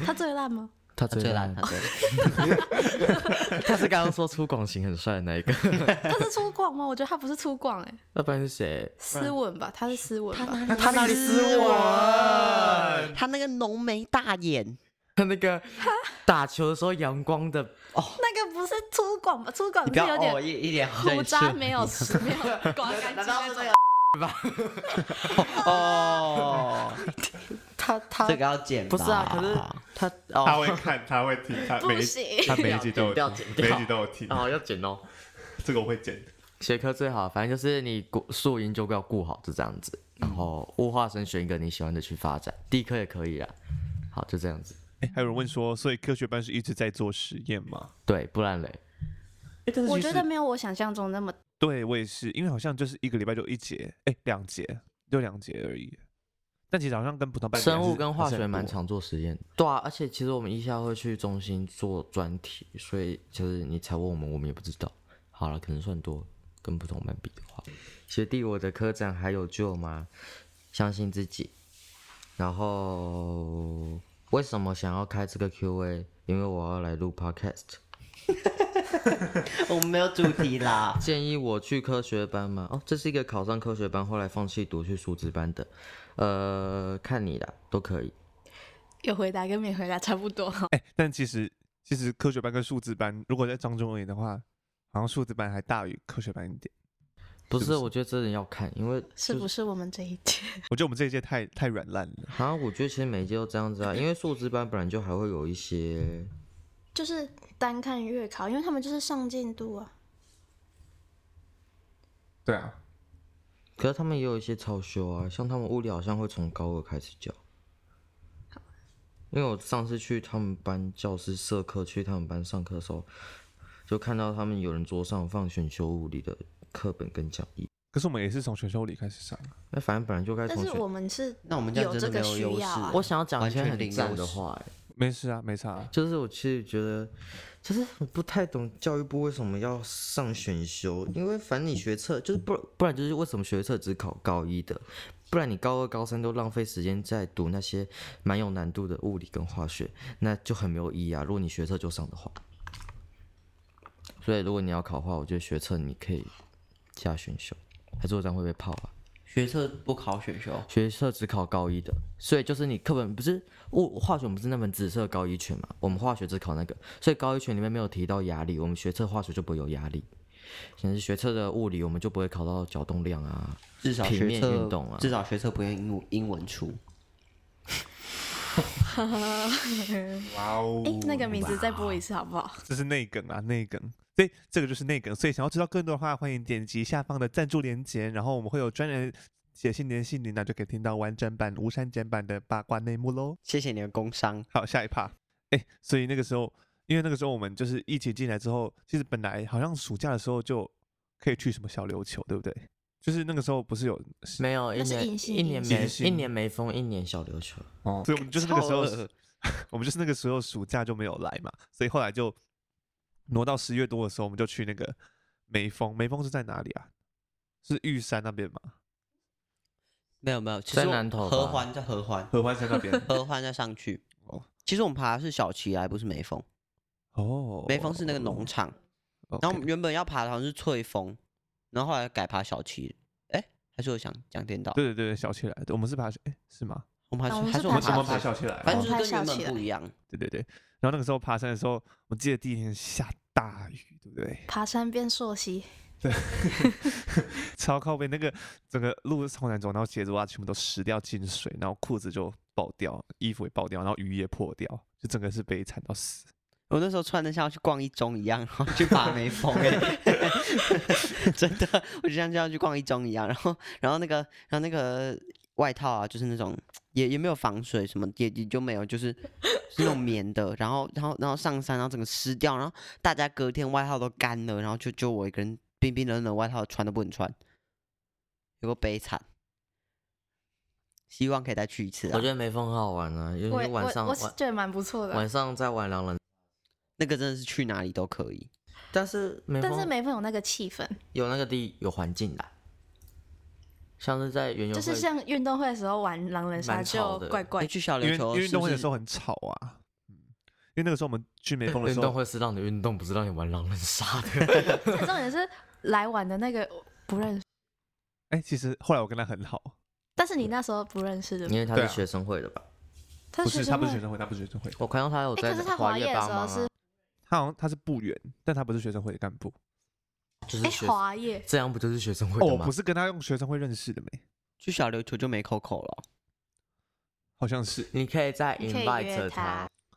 Speaker 4: 他最烂吗？
Speaker 1: 他
Speaker 5: 他
Speaker 1: 最
Speaker 5: 最
Speaker 1: 烂
Speaker 5: 烂，，他最烂。
Speaker 1: 他是刚刚说出广型很帅的那一个，
Speaker 4: 他是粗犷吗？我觉得他不是粗犷、哎，
Speaker 1: 那不然是谁？
Speaker 4: 斯文吧，他是斯文吧？
Speaker 1: 他哪里斯文？
Speaker 5: 他那个浓眉大眼，
Speaker 1: 他那个打球的时候阳光的哦，
Speaker 4: 那个不是粗犷吧？粗犷
Speaker 5: 你不
Speaker 4: 是
Speaker 5: 要
Speaker 4: 有
Speaker 5: 哦，
Speaker 4: 点
Speaker 5: 一一脸好像
Speaker 4: 胡
Speaker 5: 也
Speaker 4: 渣，
Speaker 5: 是
Speaker 4: 没有湿， 没有刮干净那种。
Speaker 5: 哦，
Speaker 1: 他他
Speaker 5: 这个要剪
Speaker 1: 不是啊，可是
Speaker 5: 吧
Speaker 1: 他
Speaker 2: 他
Speaker 1: 哦
Speaker 2: 会看，他会听，他
Speaker 4: 不
Speaker 2: 每一
Speaker 4: 行
Speaker 2: 他每一集都有
Speaker 1: 掉
Speaker 2: 听
Speaker 1: 剪，掉
Speaker 2: 每一集都有听，
Speaker 1: 哦要剪哦，
Speaker 2: 这个我会剪。
Speaker 1: 学科最好，反正就是你顾素音就要顾好，就这样子。然后物化生选一个你喜欢的去发展，地科也可以啦。好，就这样子。
Speaker 3: 哎还有人问说，所以科学班是一直在做实验吗？
Speaker 1: 对，不然嘞，
Speaker 4: 我觉得没有我想象中那么
Speaker 3: 对我也是，因为好像就是一个礼拜就一节，哎，两节就两节而已。但其实好像跟普通班比
Speaker 1: 生
Speaker 3: 还是
Speaker 1: 物跟化
Speaker 3: 还是
Speaker 1: 学
Speaker 3: 很
Speaker 1: 蛮
Speaker 3: 多。
Speaker 1: 常做实验的。对啊，而且其实我们一下会去中心做专题，所以就是你才问我们，我们也不知道。好了，可能算多，跟不同班比的话，学弟，我的科长还有救吗？相信自己。然后为什么想要开这个 Q&A？因为我要来录 Podcast。。
Speaker 5: 我们没有主题啦
Speaker 1: 建议我去科学班吗？哦，这是一个考上科学班，后来放弃读去数值班的，呃，看你啦，都可以。
Speaker 4: 有回答跟没回答差不多。
Speaker 3: 哎，但其实其实科学班跟数字班，如果在张中而言的话，好像数字班还大于科学班一点。
Speaker 1: 不是，
Speaker 3: 是不是
Speaker 1: 我觉得真的要看，因为
Speaker 4: 是不是我们这一届？
Speaker 3: 我觉得我们这一届太太软烂了。
Speaker 1: 好像我觉得其实每一届都这样子啊，因为数值班本来就还会有一些，
Speaker 4: 就是单看月考，因为他们就是上进度啊。
Speaker 2: 对啊，
Speaker 1: 可是他们也有一些超修啊，像他们物理好像会从高二开始教。因为我上次去他们班教师社课，去他们班上课的时候，就看到他们有人桌上放选修物里的课本跟讲义。
Speaker 3: 可是我们也是从选修里开始上，
Speaker 1: 那反正本来就该
Speaker 4: 但
Speaker 1: 从
Speaker 4: 是
Speaker 1: 选。
Speaker 4: 我们是
Speaker 5: 那我们这样
Speaker 4: 有
Speaker 5: 真的
Speaker 4: 个
Speaker 5: 没有
Speaker 4: 需
Speaker 5: 优势
Speaker 4: 要啊
Speaker 5: 我。
Speaker 1: 想要 讲一些
Speaker 5: 完全
Speaker 1: 很
Speaker 5: 零
Speaker 1: 赞
Speaker 5: 优
Speaker 1: 的
Speaker 5: 势
Speaker 1: 话、欸，
Speaker 3: 没事啊，没差啊、
Speaker 1: 就是我其实觉得，就是我不太懂教育部为什么要上选修，因为反正你学测就是不不然就是为什么学测只考高一的，不然你高二高三都浪费时间在读那些蛮有难度的物理跟化学，那就很没有意义啊。如果你学测就上的话，所以如果你要考的话，我觉得学测你可以加选修，还是我这样会被泡啊？
Speaker 5: 学测不考选修，
Speaker 1: 学测只考高一的，所以就是你课本不是物化学，我们不是那门紫色高一全嘛？我们化学只考那个，所以高一全里面没有提到压力，我们学测化学就不会有压力。显示学测的物理，我们就不会考到角动量啊。
Speaker 5: 至少
Speaker 1: 平
Speaker 5: 学
Speaker 1: 面
Speaker 5: 测
Speaker 1: 运动啊
Speaker 5: 至少学测不用英文英文出。
Speaker 2: 哇哦
Speaker 4: 哎、那个名字再播一次好不好？
Speaker 3: 这是内梗啊，内梗。所以这个就是内梗。所以想要知道更多的话，欢迎点击下方的赞助链接，然后我们会有专人写信联系你，那就可以听到完整版无删减版的八卦内幕喽。
Speaker 5: 谢谢你的工商，
Speaker 3: 好，下一趴。哎，所以那个时候，因为那个时候我们就是一起进来之后，其实本来好像暑假的时候就可以去什么小琉球，对不对？就是那个时候不是有
Speaker 1: 没有一
Speaker 4: 那是
Speaker 1: 年
Speaker 4: 隐性
Speaker 1: 一年
Speaker 4: 因
Speaker 3: 素
Speaker 1: 没
Speaker 3: 隐性
Speaker 1: 一年没风，一年小琉球。
Speaker 3: 哦，所以我们就是那个时候
Speaker 5: 超恶，
Speaker 3: 我们就是那个时候暑假就没有来嘛，所以后来就挪到十月多的时候，我们就去那个眉峰。眉峰是在哪里啊？是玉山那边嘛？
Speaker 5: 没有没有，其
Speaker 1: 在
Speaker 5: 实我
Speaker 1: 南投吧
Speaker 5: 合欢在合欢，
Speaker 3: 合欢山那边。
Speaker 5: 合欢再上去
Speaker 3: 哦。
Speaker 5: 其实我们爬的是小旗来，不是眉峰。
Speaker 3: 哦，
Speaker 5: 眉峰是那个农场，
Speaker 3: OK。
Speaker 5: 然后我们原本要爬的好像是翠峰，然后后来改爬小旗。哎，还是我想讲颠倒，
Speaker 3: 对对对，小区来的，我们是爬，哎，是吗？
Speaker 5: 我们
Speaker 4: 啊
Speaker 5: 还
Speaker 4: 我
Speaker 5: 是
Speaker 4: 们
Speaker 5: 还
Speaker 4: 是爬
Speaker 5: 是我们
Speaker 4: 小
Speaker 5: 爬
Speaker 4: 旗
Speaker 5: 爬小，
Speaker 2: 起来
Speaker 5: 反正就
Speaker 4: 爬
Speaker 5: 是跟
Speaker 4: 小
Speaker 5: 原
Speaker 4: 旗
Speaker 5: 本
Speaker 4: 来
Speaker 5: 不一样。
Speaker 3: 哦对对对。然后那个时候爬山的时候，我记得第一天下大雨，对不对？
Speaker 4: 爬山变溯溪，
Speaker 3: 超靠背，那个整个路超难走，然后鞋子袜全部都湿掉进水，然后裤子就爆掉，衣服也爆掉，然后雨也破掉，就整个是悲惨到死。
Speaker 5: 我那时候穿的像要去逛一中一样，然后去爬眉峰、欸， 真的，我就像这样去逛一中一样，然后，然后那个，然后那个外套啊，就是那种也也没有防水什么，也也就没有，就是是那种棉的，然后，然后，然后上山，然后整个湿掉，然后大家隔天外套都干了，然后就就我一个人冰冰冷冷的外套穿都不能穿，有个悲惨，希望可以再去一次啊
Speaker 1: 我觉，得没风很好玩啊，尤
Speaker 4: 我
Speaker 1: 其是
Speaker 4: 我
Speaker 1: 晚上
Speaker 4: 我是
Speaker 1: 晚
Speaker 4: 觉得蛮不错的，
Speaker 1: 晚上在玩狼人，
Speaker 5: 那个真的是去哪里都可以，
Speaker 1: 但是没
Speaker 4: 但是
Speaker 1: 风
Speaker 4: 眉峰有那个气氛，
Speaker 1: 有那个地有环境的，像是在园游
Speaker 4: 就
Speaker 1: 会
Speaker 4: 是像运动会的时候玩狼人杀
Speaker 1: 蛮吵
Speaker 4: 就
Speaker 1: 的
Speaker 4: 怪
Speaker 5: 哎、
Speaker 4: 怪。
Speaker 5: 去小
Speaker 3: 因为
Speaker 5: 琉
Speaker 3: 因
Speaker 5: 球
Speaker 3: 为运动会的
Speaker 5: 是不是
Speaker 3: 时候很吵啊，嗯，因为那个时候我们去美峰的
Speaker 1: 运
Speaker 3: 时
Speaker 1: 动
Speaker 3: 候，
Speaker 1: 会是让你运动，不是让你玩狼人杀的。
Speaker 4: 而且重点是来玩的那个不认识，
Speaker 3: 哎、其实后来我跟他很好，
Speaker 4: 但是你那时候不认识的，
Speaker 1: 因为他
Speaker 3: 对
Speaker 1: 是
Speaker 3: 啊
Speaker 1: 学生会的吧？
Speaker 4: 他
Speaker 3: 不
Speaker 4: 是学
Speaker 3: 是他
Speaker 4: 生
Speaker 3: 不
Speaker 4: 会
Speaker 3: 是学生会，他不是学生会，
Speaker 1: 我看到他有
Speaker 4: 哎
Speaker 1: 在
Speaker 4: 可是他华
Speaker 1: 业
Speaker 4: 业的
Speaker 1: 帮
Speaker 4: 时候
Speaker 1: 忙啊
Speaker 4: 是，
Speaker 3: 他好像他是部员，但他不是学生会的干部。
Speaker 1: 就是
Speaker 4: 哎
Speaker 1: 学
Speaker 4: 华业，
Speaker 1: 这样不就是学生会
Speaker 3: 哦，
Speaker 1: 的
Speaker 3: 我
Speaker 1: 吗
Speaker 3: 不？是跟他用学生会认识的没？
Speaker 5: 去小琉球就没 Coco 了。
Speaker 3: 好像是
Speaker 1: 你可以再
Speaker 4: 你可以约
Speaker 1: invite
Speaker 4: 他，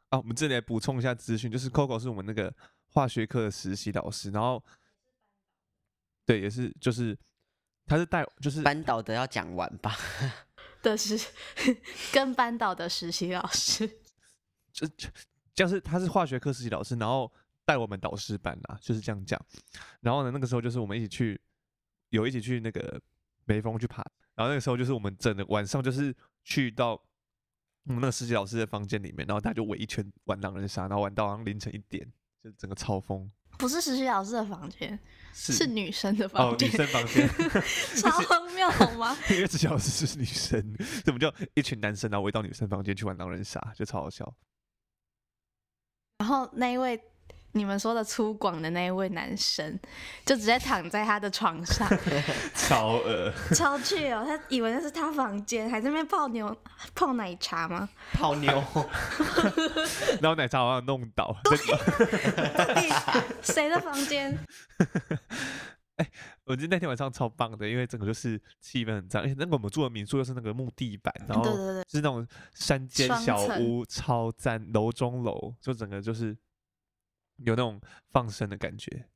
Speaker 3: 啊。我们这里来补充一下资讯，就是 Coco 是我们那个化学课的实习老师，然后对，也是就是他是带就是
Speaker 5: 班导的要讲完吧，
Speaker 4: 的是 跟班导的实习老师，
Speaker 3: 就就就是他是化学课实习老师，然后带我们导师班啦、就是这样讲。然后呢，那个时候就是我们一起去，有一起去那个眉峰去爬。然后那个时候就是我们整个晚上就是去到我们那个实习老师的房间里面，然后大家就围一圈玩狼人杀，然后玩到好像凌晨一点，就整个超疯。
Speaker 4: 不是实习老师的房间，
Speaker 3: 是
Speaker 4: 是女生的
Speaker 3: 哦
Speaker 4: 房，
Speaker 3: 女
Speaker 4: 间，
Speaker 3: 生房间，
Speaker 4: 超荒谬好吗？
Speaker 3: 因为实习老师是女生，所以我们就一群男生然后围到女生房间去玩狼人杀，就超好笑。
Speaker 4: 然后那一位你们说的粗犷的那一位男生，就直接躺在他的床上，
Speaker 2: 超恶，
Speaker 4: 超气哦！他以为那是他房间，还在那边泡牛泡奶茶吗？
Speaker 5: 泡妞，
Speaker 3: 然后奶茶好像弄 倒，
Speaker 4: 到底谁的房间？
Speaker 3: 我觉得那天晚上超棒的，因为整个就是气氛很赞，而且那个我们住的民宿又是那个木地板， 然
Speaker 4: 对
Speaker 3: 后
Speaker 4: 对对，
Speaker 3: 是那种山间
Speaker 4: 双
Speaker 3: 小
Speaker 4: 层
Speaker 3: 屋，超赞，楼中楼，就整个就是有那种放生的感觉。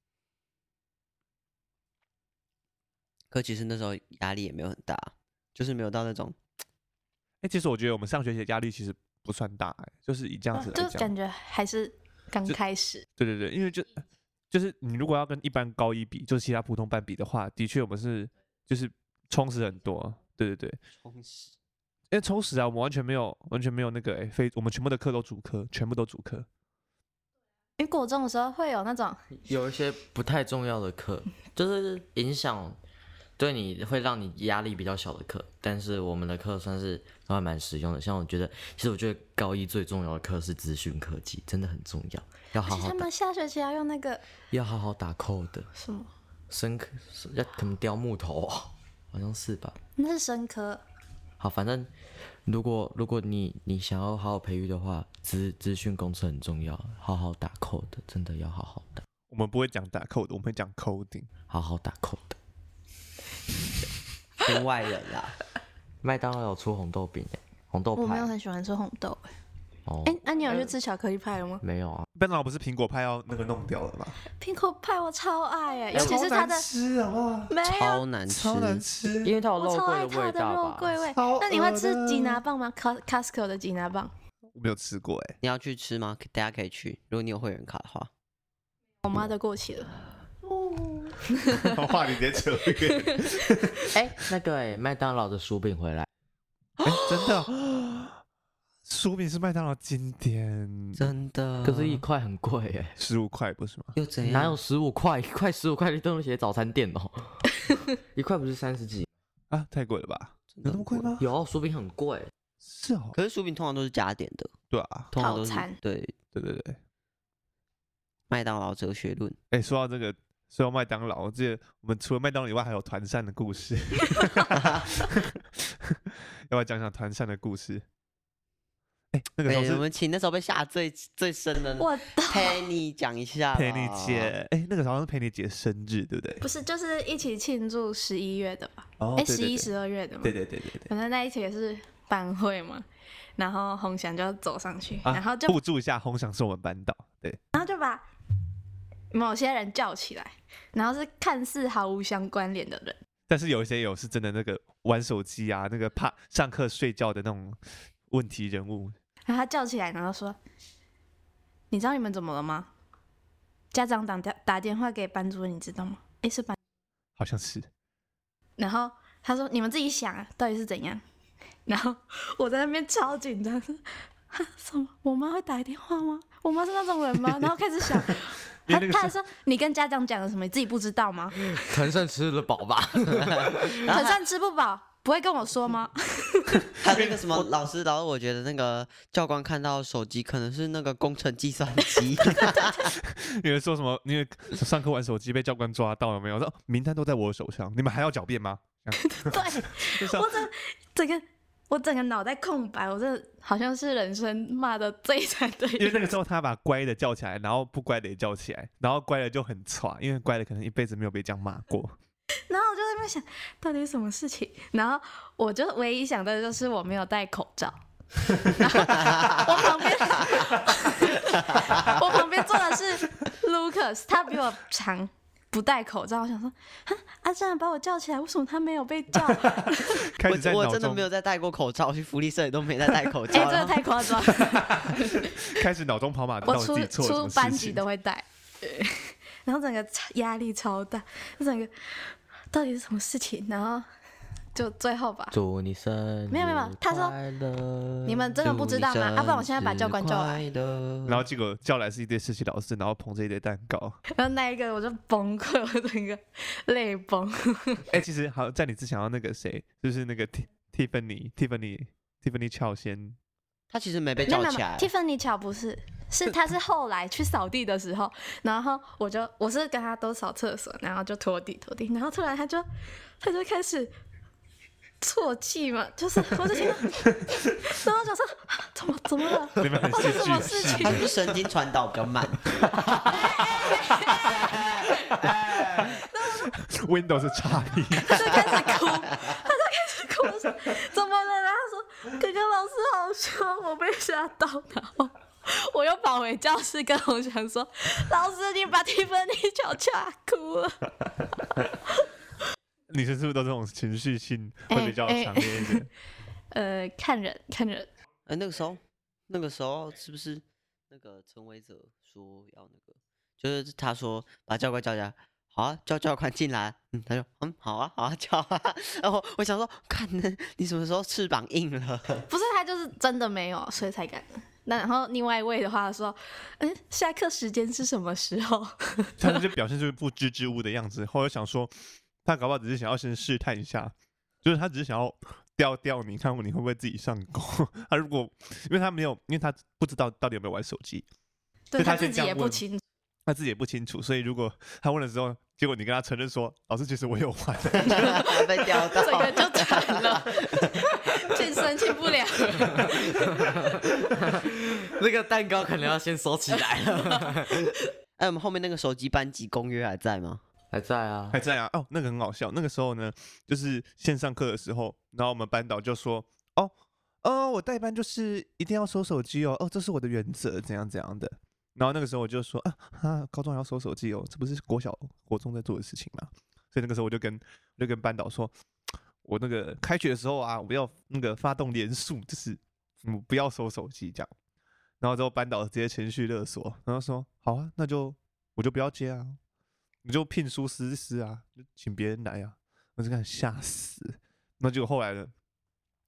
Speaker 5: 可其实那时候压力也没有很大，就是没有到那种
Speaker 3: 哎、其实我觉得我们上学期的压力其实不算大、欸，就是以这样子来
Speaker 4: 啊就
Speaker 3: 讲，
Speaker 4: 感觉还是刚
Speaker 3: 就
Speaker 4: 开始。
Speaker 3: 对对对，因为就就是你如果要跟一般高一比，就是其他普通班比的话，的确我们是就是充实很多。对对对，
Speaker 5: 充实。
Speaker 3: 因为充实啊，我们完全没有完全没有那个哎、非我们全部的课都主科，全部都主科。
Speaker 4: 因为国中的时候会有那种
Speaker 3: 哦
Speaker 1: 有一些不太重要的课，就是影响对你会让你压力比较小的课，但是我们的课算是都还蛮实用的。像我觉得，其实我觉得高一最重要的课是资讯科技，真的很重要，要好好
Speaker 4: 哎他
Speaker 1: 打
Speaker 4: 们，下学期要用那个
Speaker 1: 要好好打扣的，
Speaker 4: 什么，
Speaker 1: 深刻要可能雕木头、哦，好像是吧？
Speaker 4: 那是生科，
Speaker 1: 好，反正如果如果你你想要好好培育的话，资资讯工程很重要，好好打扣的，真的要好好打，
Speaker 3: 我们不会讲打 code，我们会讲 coding。
Speaker 1: 好好打扣的。
Speaker 5: 圈外人啊啦、
Speaker 1: 麦当劳有出红豆饼耶，红豆
Speaker 4: 我没
Speaker 1: 派
Speaker 4: 有很喜欢吃红豆。
Speaker 1: 哦，
Speaker 4: 哎、那你
Speaker 3: 呃
Speaker 4: 有去吃巧克力派了吗？
Speaker 1: 没有啊，
Speaker 3: 麦当劳不是苹果派要那个弄掉了吗？
Speaker 4: 苹果派我超爱哎，尤其是它的
Speaker 2: 吃好不好？
Speaker 4: 没有，
Speaker 5: 超难吃，
Speaker 2: 超难吃，
Speaker 1: 因为它有
Speaker 4: 我
Speaker 1: 肉
Speaker 4: 超
Speaker 1: 桂
Speaker 4: 爱它
Speaker 1: 味
Speaker 4: 的
Speaker 1: 道
Speaker 4: 肉
Speaker 1: 吧？
Speaker 4: 桂味
Speaker 2: 超。
Speaker 4: 那你会
Speaker 2: 恶
Speaker 4: 吃
Speaker 2: 的
Speaker 4: 吉拿棒吗？Cos-？Costco 的吉拿棒，
Speaker 3: 我没有吃过哎、
Speaker 5: 你要去吃吗？可大家可以去，如果你有会员卡的话。
Speaker 4: 我妈都过期了。
Speaker 2: 把话题直接扯远。
Speaker 1: 哎、那个哎、麦当劳的薯饼回来，
Speaker 3: 哎、真的 哦，薯饼是麦当劳经典，
Speaker 5: 真的，
Speaker 1: 可是一块很贵哎、
Speaker 3: 十五块不是吗？
Speaker 5: 又怎
Speaker 1: 哪
Speaker 5: 样
Speaker 1: 有？十五块？一块十五块的东西写早餐店哦、 一块不是三十几？
Speaker 3: 啊，太贵了吧？有那么贵吗？
Speaker 1: 有薯饼很 贵，
Speaker 3: 是哦，
Speaker 5: 可是薯饼通常都是加点的，
Speaker 3: 对啊，
Speaker 5: 通常都是
Speaker 4: 套餐
Speaker 5: 对
Speaker 3: 对对对。
Speaker 5: 麦当劳哲学论。
Speaker 3: 哎、说到这个，说到麦当劳，我记得我们除了麦当劳以外，还有团扇的故事。 要不要讲讲团扇的故事？哎、那个时候
Speaker 5: 对，我
Speaker 3: 是
Speaker 5: 们请那时候被吓最最深的
Speaker 4: 我
Speaker 5: Penny 讲一下吧。
Speaker 3: 陪你姐，哎、那个时候好像是陪你姐生日，对不对？
Speaker 4: 不是就是一起庆祝十一月的吧？
Speaker 3: 哦
Speaker 4: 哎，
Speaker 3: 对
Speaker 4: 十
Speaker 3: 对
Speaker 4: 一、
Speaker 3: 对
Speaker 4: 十二月的嘛。
Speaker 3: 对对对对对。
Speaker 4: 反正那一次也是班会嘛，然后红翔就走上去，
Speaker 3: 啊
Speaker 4: 然后就
Speaker 3: 互助一下，轰响是我们班导，对，
Speaker 4: 某些人叫起来，然后是看似毫无相关联的人，
Speaker 3: 但是有一些有是真的那个玩手机啊，那个怕上课睡觉的那种问题人物，
Speaker 4: 然后他叫起来，然后说：“你知道你们怎么了吗？家长打电打电话给班主任，你知道吗？诶，是班。
Speaker 3: 好像是，
Speaker 4: 然后他说：你们自己想啊，到底是怎样？然后我在那边超紧张，说：哈什么？我妈会打电话吗？我妈是那种人吗？然后开 始想，
Speaker 3: 因
Speaker 4: 他
Speaker 3: 为那个
Speaker 4: 他还
Speaker 3: 是
Speaker 4: 说：你跟家长讲了什么？你自己不知道吗？
Speaker 1: 团扇吃了饱吧？
Speaker 4: 可算吃不饱，不会跟我说吗？
Speaker 5: 他那个什么老师，然后我觉得那个教官看到手机可能是那个工程计算机，
Speaker 3: 有人说什么，因为 上课玩手机被教官抓到了没有？说哦名单都在我手上，你们还要狡辩吗？
Speaker 4: 对。”
Speaker 3: 就是
Speaker 4: 我整整个我整个脑袋空白，我真的好像是人生骂的最惨的
Speaker 3: 因为
Speaker 4: 一
Speaker 3: 那
Speaker 4: 个。
Speaker 3: 个时候他把乖的叫起来，然后不乖的也叫起来，然后乖的就很差，因为乖的可能一辈子没有被这样骂 过。
Speaker 4: 然后我就在那边想，到底是什么事情？ 然后我就唯一想到的就是我没有戴口罩。 然后我旁边， 我旁边坐的是 Lucas，他比我长，不戴口罩。我想说，哈，阿正把我叫起来，为什么他没有被 叫？哎
Speaker 3: 开始在
Speaker 5: 我我
Speaker 3: 脑
Speaker 5: 真的
Speaker 3: 中
Speaker 5: 没有再戴过口罩，我去福利社也都没再戴口
Speaker 4: 哎、
Speaker 5: 罩。
Speaker 4: 真的
Speaker 5: 然后
Speaker 4: 太 夸张了。
Speaker 3: 开始脑中跑马
Speaker 4: 我
Speaker 3: 灯，
Speaker 4: 出
Speaker 3: 自己做
Speaker 4: 出
Speaker 3: 了什
Speaker 4: 班
Speaker 3: 么事
Speaker 4: 级
Speaker 3: 情。
Speaker 4: 都会带， 然后整个超压力超大，就整个到底是什么事情？然后就最后吧，
Speaker 1: 祝你生日
Speaker 4: 没有没有他说
Speaker 1: 快乐
Speaker 4: 你们真的不知道吗？啊，不然我现在把教官叫来，
Speaker 3: 然后结果叫来是一堆实习老师，然后捧着一堆蛋糕。
Speaker 4: 然后那一个我就崩溃， 我整个泪崩。
Speaker 3: 哎、其实好，在你之前，要那个谁，就是那个 Ti- Tiffany Tiffany Tiffany 俏先，
Speaker 5: 他其实没被
Speaker 4: 没有
Speaker 5: 叫
Speaker 4: 没有
Speaker 5: 起来，
Speaker 4: ，Tiffany 乔不是，是他是后来去扫地的时候，然后我就我是跟他都扫厕所，然后就拖地拖地，然后突然他就他就开始啜泣嘛，就是我就听到， 然后我想说 啊怎么怎么 了，
Speaker 3: 你们很
Speaker 4: 发
Speaker 3: 戏
Speaker 4: 生什么
Speaker 3: 剧
Speaker 4: 事
Speaker 3: 系。
Speaker 4: 情
Speaker 5: 他？是神经传导比较慢。
Speaker 3: Windows 差异，
Speaker 4: 他就开始哭，他就开始哭，我说怎么了？然后他说哥哥老师好凶，我被吓到，然后我又跑回教室跟洪翔说，老师你把 Tiffany 乔吓哭 了。
Speaker 3: 女生是不是都这种情绪性会比较
Speaker 4: 哎哎
Speaker 3: 强烈一点？
Speaker 4: 呃，看人看人，
Speaker 5: 呃，那个时候那个时候是不是那个陈伟哲说要那个，就是他说把教官叫进来，好啊，叫教官进来，嗯，他说嗯，好啊，好啊，叫啊， 然后我想说，看你什么时候翅膀硬了？
Speaker 4: 不是他就是真的没有，所以才敢。那然后另外一位的话说，嗯，下课时间是什么时 候？
Speaker 3: 他就表现出一副支支吾吾的样子。后来想说，他搞不好只是想要先试探一下，就是他只是想要吊吊你，看你会不会自己上钩。 他如果因为他没有，因为他不知道到底有没有玩手机，
Speaker 4: 对
Speaker 3: 他
Speaker 4: 他
Speaker 3: 先
Speaker 4: 自己
Speaker 3: 这样
Speaker 4: 也不
Speaker 3: 问
Speaker 4: 清楚。
Speaker 3: 他自己也不清楚，所以如果他问了之后，结果你跟他承认说，老师其实我有玩，
Speaker 5: 被叼到，
Speaker 4: 这个就惨了， 健身去不 了。
Speaker 1: 那个蛋糕可能要先收起来了。
Speaker 5: 哎，我们后面那个手机班级公约还在吗？
Speaker 1: 还在啊
Speaker 3: 还，在啊。哦，那个很好笑。那个时候呢，就是线上课的时候，然后我们班导就说，哦。哦，我代班就是一定要收手机哦，哦，这是我的原则，怎样怎样的。然后那个时候我就说啊啊，高中还要收手机哦，这不是国小国中在做的事情吗？所以那个时候我就跟我就跟班导说，我那个开学的时候啊，我要那个发动联署，就是嗯不要收手机这样。然后之后班导直接情绪勒索，然后说好啊，那就我就不要接啊，你就聘书私私啊，就请别人来啊。我就看吓死。那结果后来呢，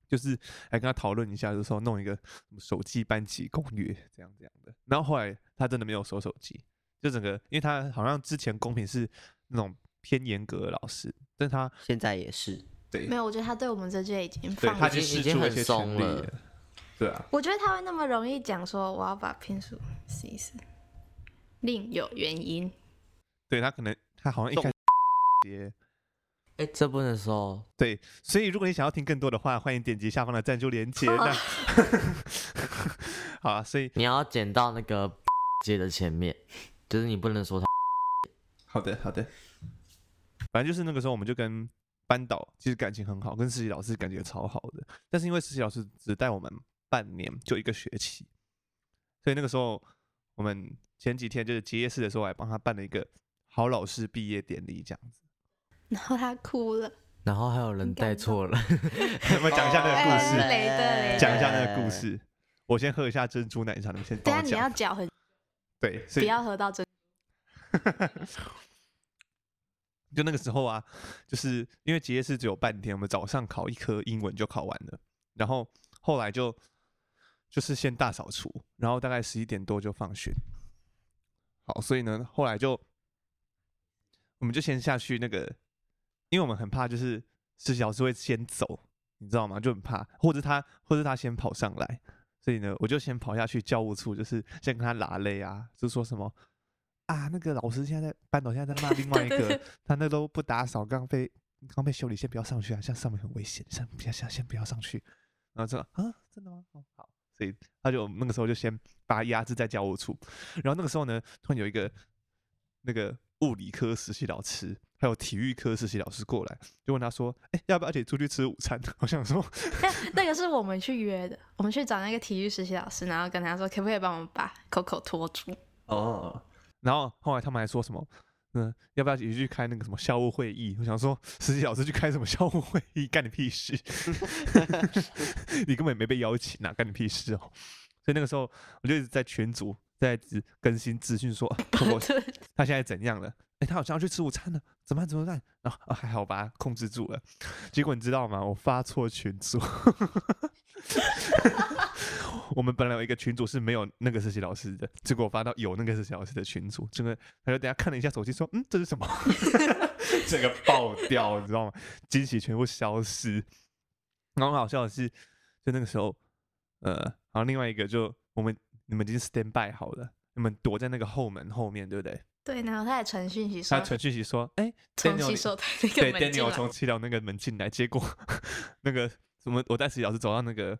Speaker 3: 就是还跟他讨论一下，就是说弄一个什么手机班级公约这样这样的。然后后来他真的没有收手机，就整个，因为他好像之前公平是那种偏严格的老师，但他
Speaker 5: 现在也是，
Speaker 3: 对
Speaker 4: 没有，我觉得他对我们这届已经
Speaker 3: 对
Speaker 4: 放
Speaker 3: 他
Speaker 4: 了
Speaker 1: 已。经
Speaker 3: 试
Speaker 1: 已经
Speaker 3: 出了
Speaker 1: 很
Speaker 3: 一些
Speaker 1: 松
Speaker 3: 权力
Speaker 1: 了
Speaker 3: 了，对啊，
Speaker 4: 我觉得他会那么容易讲说我要把拼数试一试，另有原因。
Speaker 3: 对他可能他好像一开始接。
Speaker 1: 哎，这不能收。
Speaker 3: 对，所以如果你想要听更多的话，欢迎点击下方的赞助链接。 那 好啊，所以
Speaker 1: 你要剪到那个 街的前面，就是你不能说他。
Speaker 3: 好的好的，反正就是那个时候我们就跟班导其实感情很好，跟实习老师感觉超好的。但是因为实习老师只带我们半年，就一个学期，所以那个时候我们前几天就是结业式的时候，还帮他办了一个好老师毕业典礼，这样 子。
Speaker 4: 然后他哭了，
Speaker 1: 然后还有人带错了，
Speaker 3: 我们讲一下那个故
Speaker 4: 哎
Speaker 3: 事，
Speaker 4: 雷的雷的
Speaker 3: 讲一下那个故事。我先喝一下珍珠奶茶，你们先
Speaker 4: 等
Speaker 3: 帮我
Speaker 4: 下你要
Speaker 3: 讲。
Speaker 4: 脚很
Speaker 3: 对，所
Speaker 4: 不
Speaker 3: 以
Speaker 4: 要喝到真。
Speaker 3: 就那个时候啊，就是因为结业是只有半天，我们早上考一科英文就考完了，然后后来就就是先大扫除，然后大概十一点多就放学。好，所以呢，后来就我们就先下去那个，因为我们很怕就是实习老师会先走，你知道吗？就很怕，或者他或者他先跑上来，所以呢，我就先跑下去教务处，就是先跟他拉勒啊，就说什么啊，那个老师现在在班导现在在骂另外一
Speaker 4: 对对
Speaker 3: 个
Speaker 4: 对，
Speaker 3: 他那都不打扫，刚被刚被修理，先不要上去啊，像上面很危险，先不要先先不要上去。然后这个啊，真的吗？哦，好，所以他就那个时候就先把他压制在教务处，然后那个时候呢，突然有一个那个物理科实习老师，还有体育科实习老师过来，就问他说：“哎、要不要一起出去吃午餐？” 我想说，
Speaker 4: 那个是我们去约的，我们去找那个体育实习老师，然后跟他说可不可以帮我们把 Coco 拖住。
Speaker 3: 哦，然后后来他们还说什么？嗯，要不要一起去开那个什么校务会议？我想说，实习老师去开什么校务会议，干你屁事！ 你根本没被邀请啊，干你屁事哦！所以那个时候，我就一直在群组在只更新资讯说，哦我
Speaker 4: 对，
Speaker 3: 他现在怎样了？哎、他好像要去吃午餐了，怎么办？怎么办？然后、啊还好把他控制住了。结果你知道吗？我发错群组。 我们本来有一个群组是没有那个实习老师的，结果我发到有那个实习老师的群组，这个他就等下看了一下手机，说：“嗯，这是什么？” 整个爆掉，你知道吗？惊喜全部消失。然后很好笑的是，就那个时候，呃，然后另外一个就我们你们已经 stand by 好了，你们躲在那个后门后面，对不对？
Speaker 4: 对，然后他也传讯息说
Speaker 3: 他，传讯息说：“哎、
Speaker 4: 嗯从
Speaker 3: Daniel，
Speaker 4: 洗
Speaker 3: 你
Speaker 4: 手台那
Speaker 3: 对
Speaker 4: 个门进
Speaker 3: ，Daniel
Speaker 4: 来。
Speaker 3: 从七楼那个门进来，结果 那个什么，我带实习老师走到那个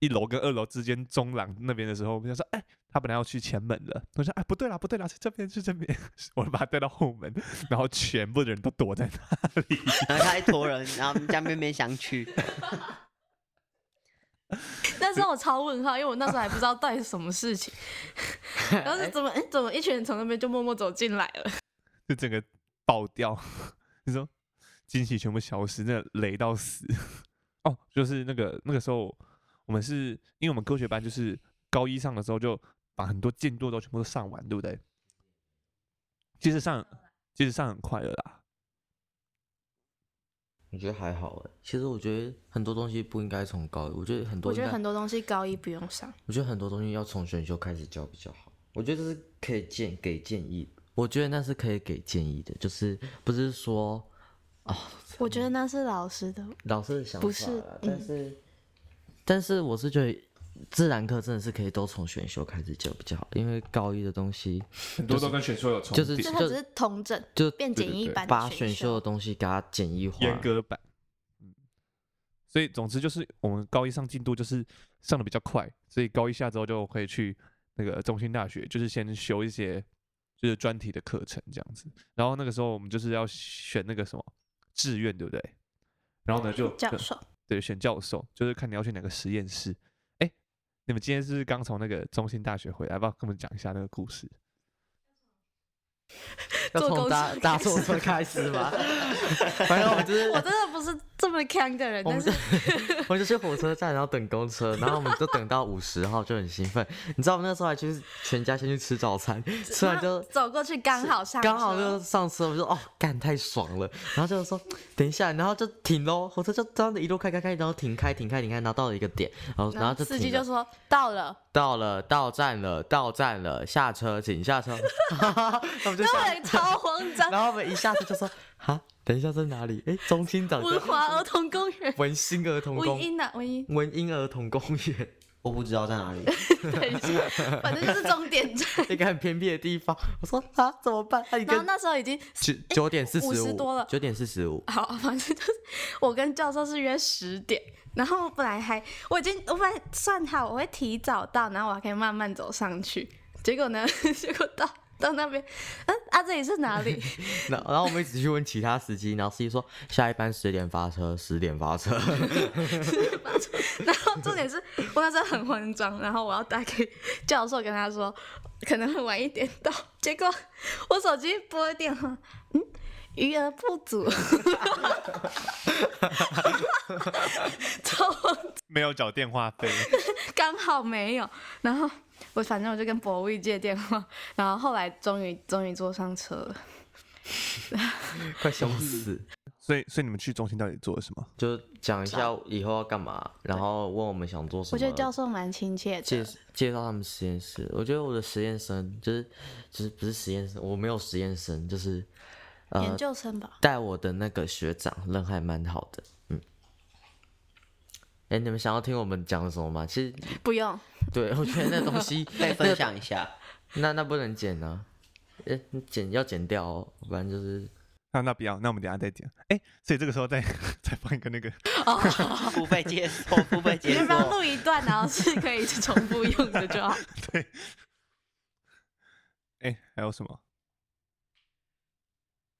Speaker 3: 一楼跟二楼之间中廊那边的时候，我们就说，哎、他本来要去前门了，我说，哎、不对啦，不对啦，去这边，去这边， 我就把他带到后门，然后全部的人都躲在那里。
Speaker 5: 然后他一坨人，然后我们江边边想去，
Speaker 4: 那时候我超问号，因为我那时候还不知道到底是什么事 情，然后是怎么，哎、怎么一群人从那边就默默走进来了？
Speaker 3: 就整个爆掉。 你说惊喜全部消失，那雷到 死。哦，就是那个那个时候，我们是因为我们科学班就是高一上的时候就把很多进度都全部都上完，对不对？其实上其实上很快了啦，
Speaker 1: 我觉得还好哎。其实我觉得很多东西不应该从高，我觉得很多啊
Speaker 4: 我
Speaker 1: 应
Speaker 4: 觉
Speaker 1: 该，
Speaker 4: 得很多东西高一不用上，
Speaker 1: 我觉得很多东西要从选修开始教比较好。我觉得这是可以建给建议，我觉得那是可以给建议的，就是不是说
Speaker 4: 我觉得那是老师的，
Speaker 1: 老师的想法
Speaker 4: 不是
Speaker 1: 啦但是、嗯但是我是觉得自然课真的是可以都从选修开始教比较好，因为高一的东西
Speaker 2: 很多都跟选修有重
Speaker 1: 就是
Speaker 4: 就
Speaker 2: 叠，
Speaker 4: 它只是同整，
Speaker 1: 就
Speaker 4: 变简易版
Speaker 1: 把
Speaker 4: 的
Speaker 1: 选修的
Speaker 4: 修。
Speaker 1: 东西给它简易化，
Speaker 3: 阉割版。嗯所以总之就是我们高一上进度就是上的比较快，所以高一下之后就可以去那个中兴大学，就是先修一些就是专题的课程这样子。然后那个时候我们就是要选那个什么志愿，对不对？然后呢就
Speaker 4: 教
Speaker 3: 就
Speaker 4: 授，
Speaker 3: 对，选教授就是看你要去哪个实验室。哎，你们今天是不是刚从那个中兴大学回来？要不要跟我们讲一下那个故事？
Speaker 1: 要
Speaker 4: 做
Speaker 1: 从
Speaker 4: 勾
Speaker 1: 搭
Speaker 4: 选
Speaker 1: 搭
Speaker 4: 开
Speaker 1: 错车开始吧。反正我们就是
Speaker 4: 我真的不是这么坑的人，
Speaker 1: 我
Speaker 4: 但
Speaker 1: 们
Speaker 4: 是
Speaker 1: 就 我们就去火车站，然后等公车，然后我们就等到五十号就很兴奋。你知道我们那时候还去全家先去吃早餐，吃完就
Speaker 4: 走过去刚好上车，
Speaker 1: 刚好就上车，我就说哦，干太爽了。然后就说等一下，然后就停喽，火车就这样子一路开开开，然后停开停开停开，然后到了一个点，然后然后就
Speaker 4: 司机
Speaker 1: 停
Speaker 4: 就
Speaker 1: 了。
Speaker 4: 说到 了，
Speaker 1: 到了，到站了，到站了，下车，请下车。 我们就
Speaker 4: 然后
Speaker 1: 下
Speaker 4: 我，也 超慌张，
Speaker 1: 然后我们一下车就说啊，等一下在哪里？哎，中心长在
Speaker 4: 文华儿童公园，
Speaker 1: 文心儿童
Speaker 4: 文
Speaker 1: 公
Speaker 4: 英啊，文 英，
Speaker 1: 文英儿童公园。
Speaker 5: 我不知道在哪里。
Speaker 4: 等一下，反正就是终点站。
Speaker 1: 一个很偏僻的地方。我说啊，怎么办？他一
Speaker 4: 然后
Speaker 1: 个
Speaker 4: 那时候已经
Speaker 1: 九九点四十
Speaker 4: 50
Speaker 1: 五，
Speaker 4: 多了
Speaker 1: 九点四十 五。
Speaker 4: 好，反正就是我跟教授是约十点，然后我本来还我已经我本来算好我会提早到，然后我还可以慢慢走上去，结果呢， 结果到到那边，嗯啊这里是哪里？
Speaker 1: 然后然后我们一直去问其他司机，然后司机说下一班十点发车，十点发车。
Speaker 4: 然后重点是我那时候很慌张，然后我要打给教授跟他说可能会晚一点到，结果我手机拨电话，嗯，余额不足， 超慌
Speaker 3: 没有缴电话费，
Speaker 4: 刚好没有。然后我反正我就跟博威借电话，然后后来终于终于坐上车了。
Speaker 1: 快笑死！
Speaker 3: 所以所以你们去中心到底做了什么？
Speaker 1: 就讲一下以后要干嘛，然后问我们想做什么。
Speaker 4: 我觉得教授蛮亲切
Speaker 1: 介
Speaker 4: 的，
Speaker 1: 介绍他们实验室。我觉得我的实验生就是就是不是实验生，我没有实验生，就是
Speaker 4: 研
Speaker 1: 呃
Speaker 4: 究生吧。
Speaker 1: 带我的那个学长人还蛮好的，嗯。哎，你们想要听我们讲什么吗？其实
Speaker 4: 不用，
Speaker 1: 对，我觉得那东 西
Speaker 5: 可以分享一下，
Speaker 1: 那那不能剪呢、啊，诶剪要剪掉哦，不然就是
Speaker 3: 那那不要，那我们等一下再讲。哎，所以这个时候再 再放一个那个
Speaker 5: 付费解锁，付费
Speaker 4: 哦你
Speaker 5: 解
Speaker 4: 要不要
Speaker 5: 锁。
Speaker 4: 录一段，然后是可以重复用的就好。
Speaker 3: 哎，还有什么？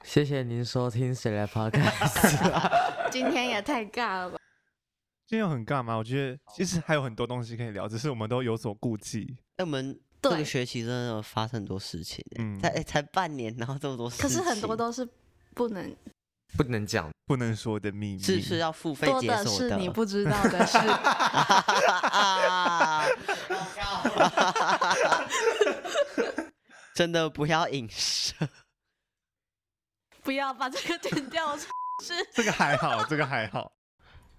Speaker 1: 谢谢您收听谁 来 podcast。
Speaker 4: 今天也太尬了吧！
Speaker 3: 今天有很尬吗？我觉得其实还有很多东西可以聊，只是我们都有所顾忌。
Speaker 5: 那我们这
Speaker 4: 对
Speaker 5: 个学期真的发生很多事情欸，
Speaker 3: 嗯
Speaker 5: 才才半年，然后这么多事情，
Speaker 4: 可是很多都是不能
Speaker 1: 不能讲，
Speaker 3: 不能说的秘密。
Speaker 5: 是是啊要付费
Speaker 4: 多
Speaker 5: 解
Speaker 4: 的
Speaker 5: 锁
Speaker 4: 是你不知道的事。
Speaker 5: 啊！ 真的不要影射，
Speaker 4: 不要把这个剪掉，我
Speaker 3: 这个还好，这个还好。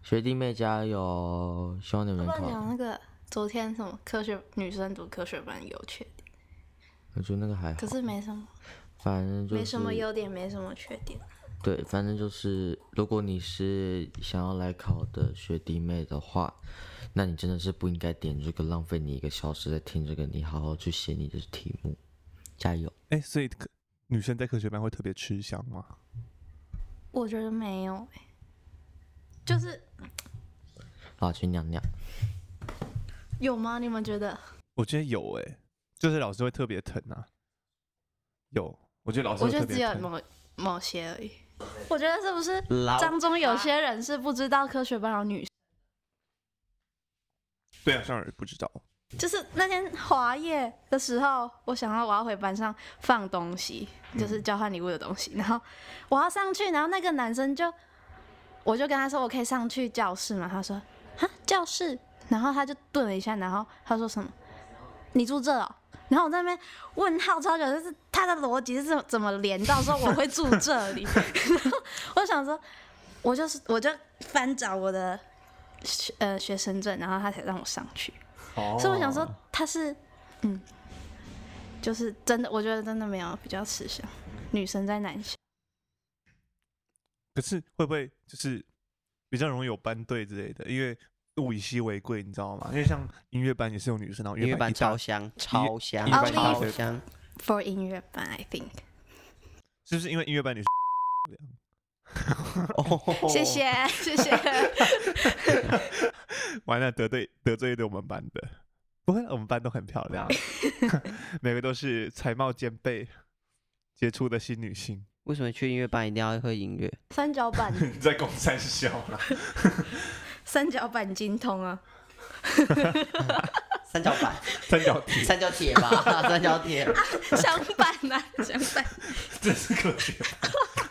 Speaker 1: 学弟妹加油，希望你们
Speaker 4: 不
Speaker 1: 考
Speaker 4: 然。讲那个昨天什么科学女生读科学班有缺点，
Speaker 1: 我觉得那个还好
Speaker 4: 可，是没什么，
Speaker 1: 反正就是
Speaker 4: 没什么优点，没什么缺点。
Speaker 1: 对，反正就是如果你是想要来考的学弟妹的话，那你真的是不应该点这个，浪费你一个小时在听这个，你好好去写你的题目，加油。
Speaker 3: 哎、所以可女生在科学班会特别吃香吗？
Speaker 4: 我觉得没有、欸，就是
Speaker 1: 好，去尿尿。
Speaker 4: 有吗？你们觉得？
Speaker 3: 我觉得有哎、就是老师会特别疼啊。有，我觉得老师
Speaker 4: 我
Speaker 3: 会
Speaker 4: 觉
Speaker 3: 特
Speaker 4: 得
Speaker 3: 别
Speaker 4: 只有
Speaker 3: 疼。
Speaker 4: 某某些而已。我觉得是不是
Speaker 1: 老
Speaker 4: 当中有些人是不知道科学班有女生？
Speaker 3: 对啊，上耳不知道。
Speaker 4: 就是那天华夜的时候，我想要我要回班上放东西，就是交换礼物的东西，然后我要上去，然后那个男生就，我就跟他说我可以上去教室嘛，他说啊教室，然后他就顿了一下，然后他说什么你住这、哦？”然后我在那边问号超久，就是他的逻辑是怎么连到说我会住这里？ 然后我想说，我就是我就翻找我的学呃学生证，然后他才让我上去。
Speaker 2: 哦
Speaker 4: 所以我想说，他是嗯，就是真的，我觉得真的没有比较吃香，女生在男校。
Speaker 3: 可是会不会就是比较容易有班队之类的？因为物以稀为贵，你知道吗？因为像音乐班也是有女生，然后
Speaker 5: 音乐
Speaker 3: 班
Speaker 5: 班
Speaker 3: 一大
Speaker 5: 超香，超香，
Speaker 3: 音
Speaker 4: 乐班
Speaker 5: 超
Speaker 4: 超
Speaker 5: 香。
Speaker 4: for 音乐班，I think。
Speaker 3: 是不是因为音乐班 女生？
Speaker 5: 哦
Speaker 4: 谢谢
Speaker 2: 哦
Speaker 4: 谢谢，
Speaker 3: 完了，得罪得罪了我们班的。不会啦，我们班都很漂 亮， 每个都是才貌兼备、杰出的新女性。
Speaker 5: 为什么去音乐班一定要会音乐？
Speaker 4: 三角板
Speaker 2: 你在公山笑 啦，
Speaker 4: 三角板精通啊，
Speaker 5: 三角板、
Speaker 2: 三角体，
Speaker 5: 三角铁吧， 三角铁。
Speaker 4: 啊相反啊相反，
Speaker 2: 这是科学。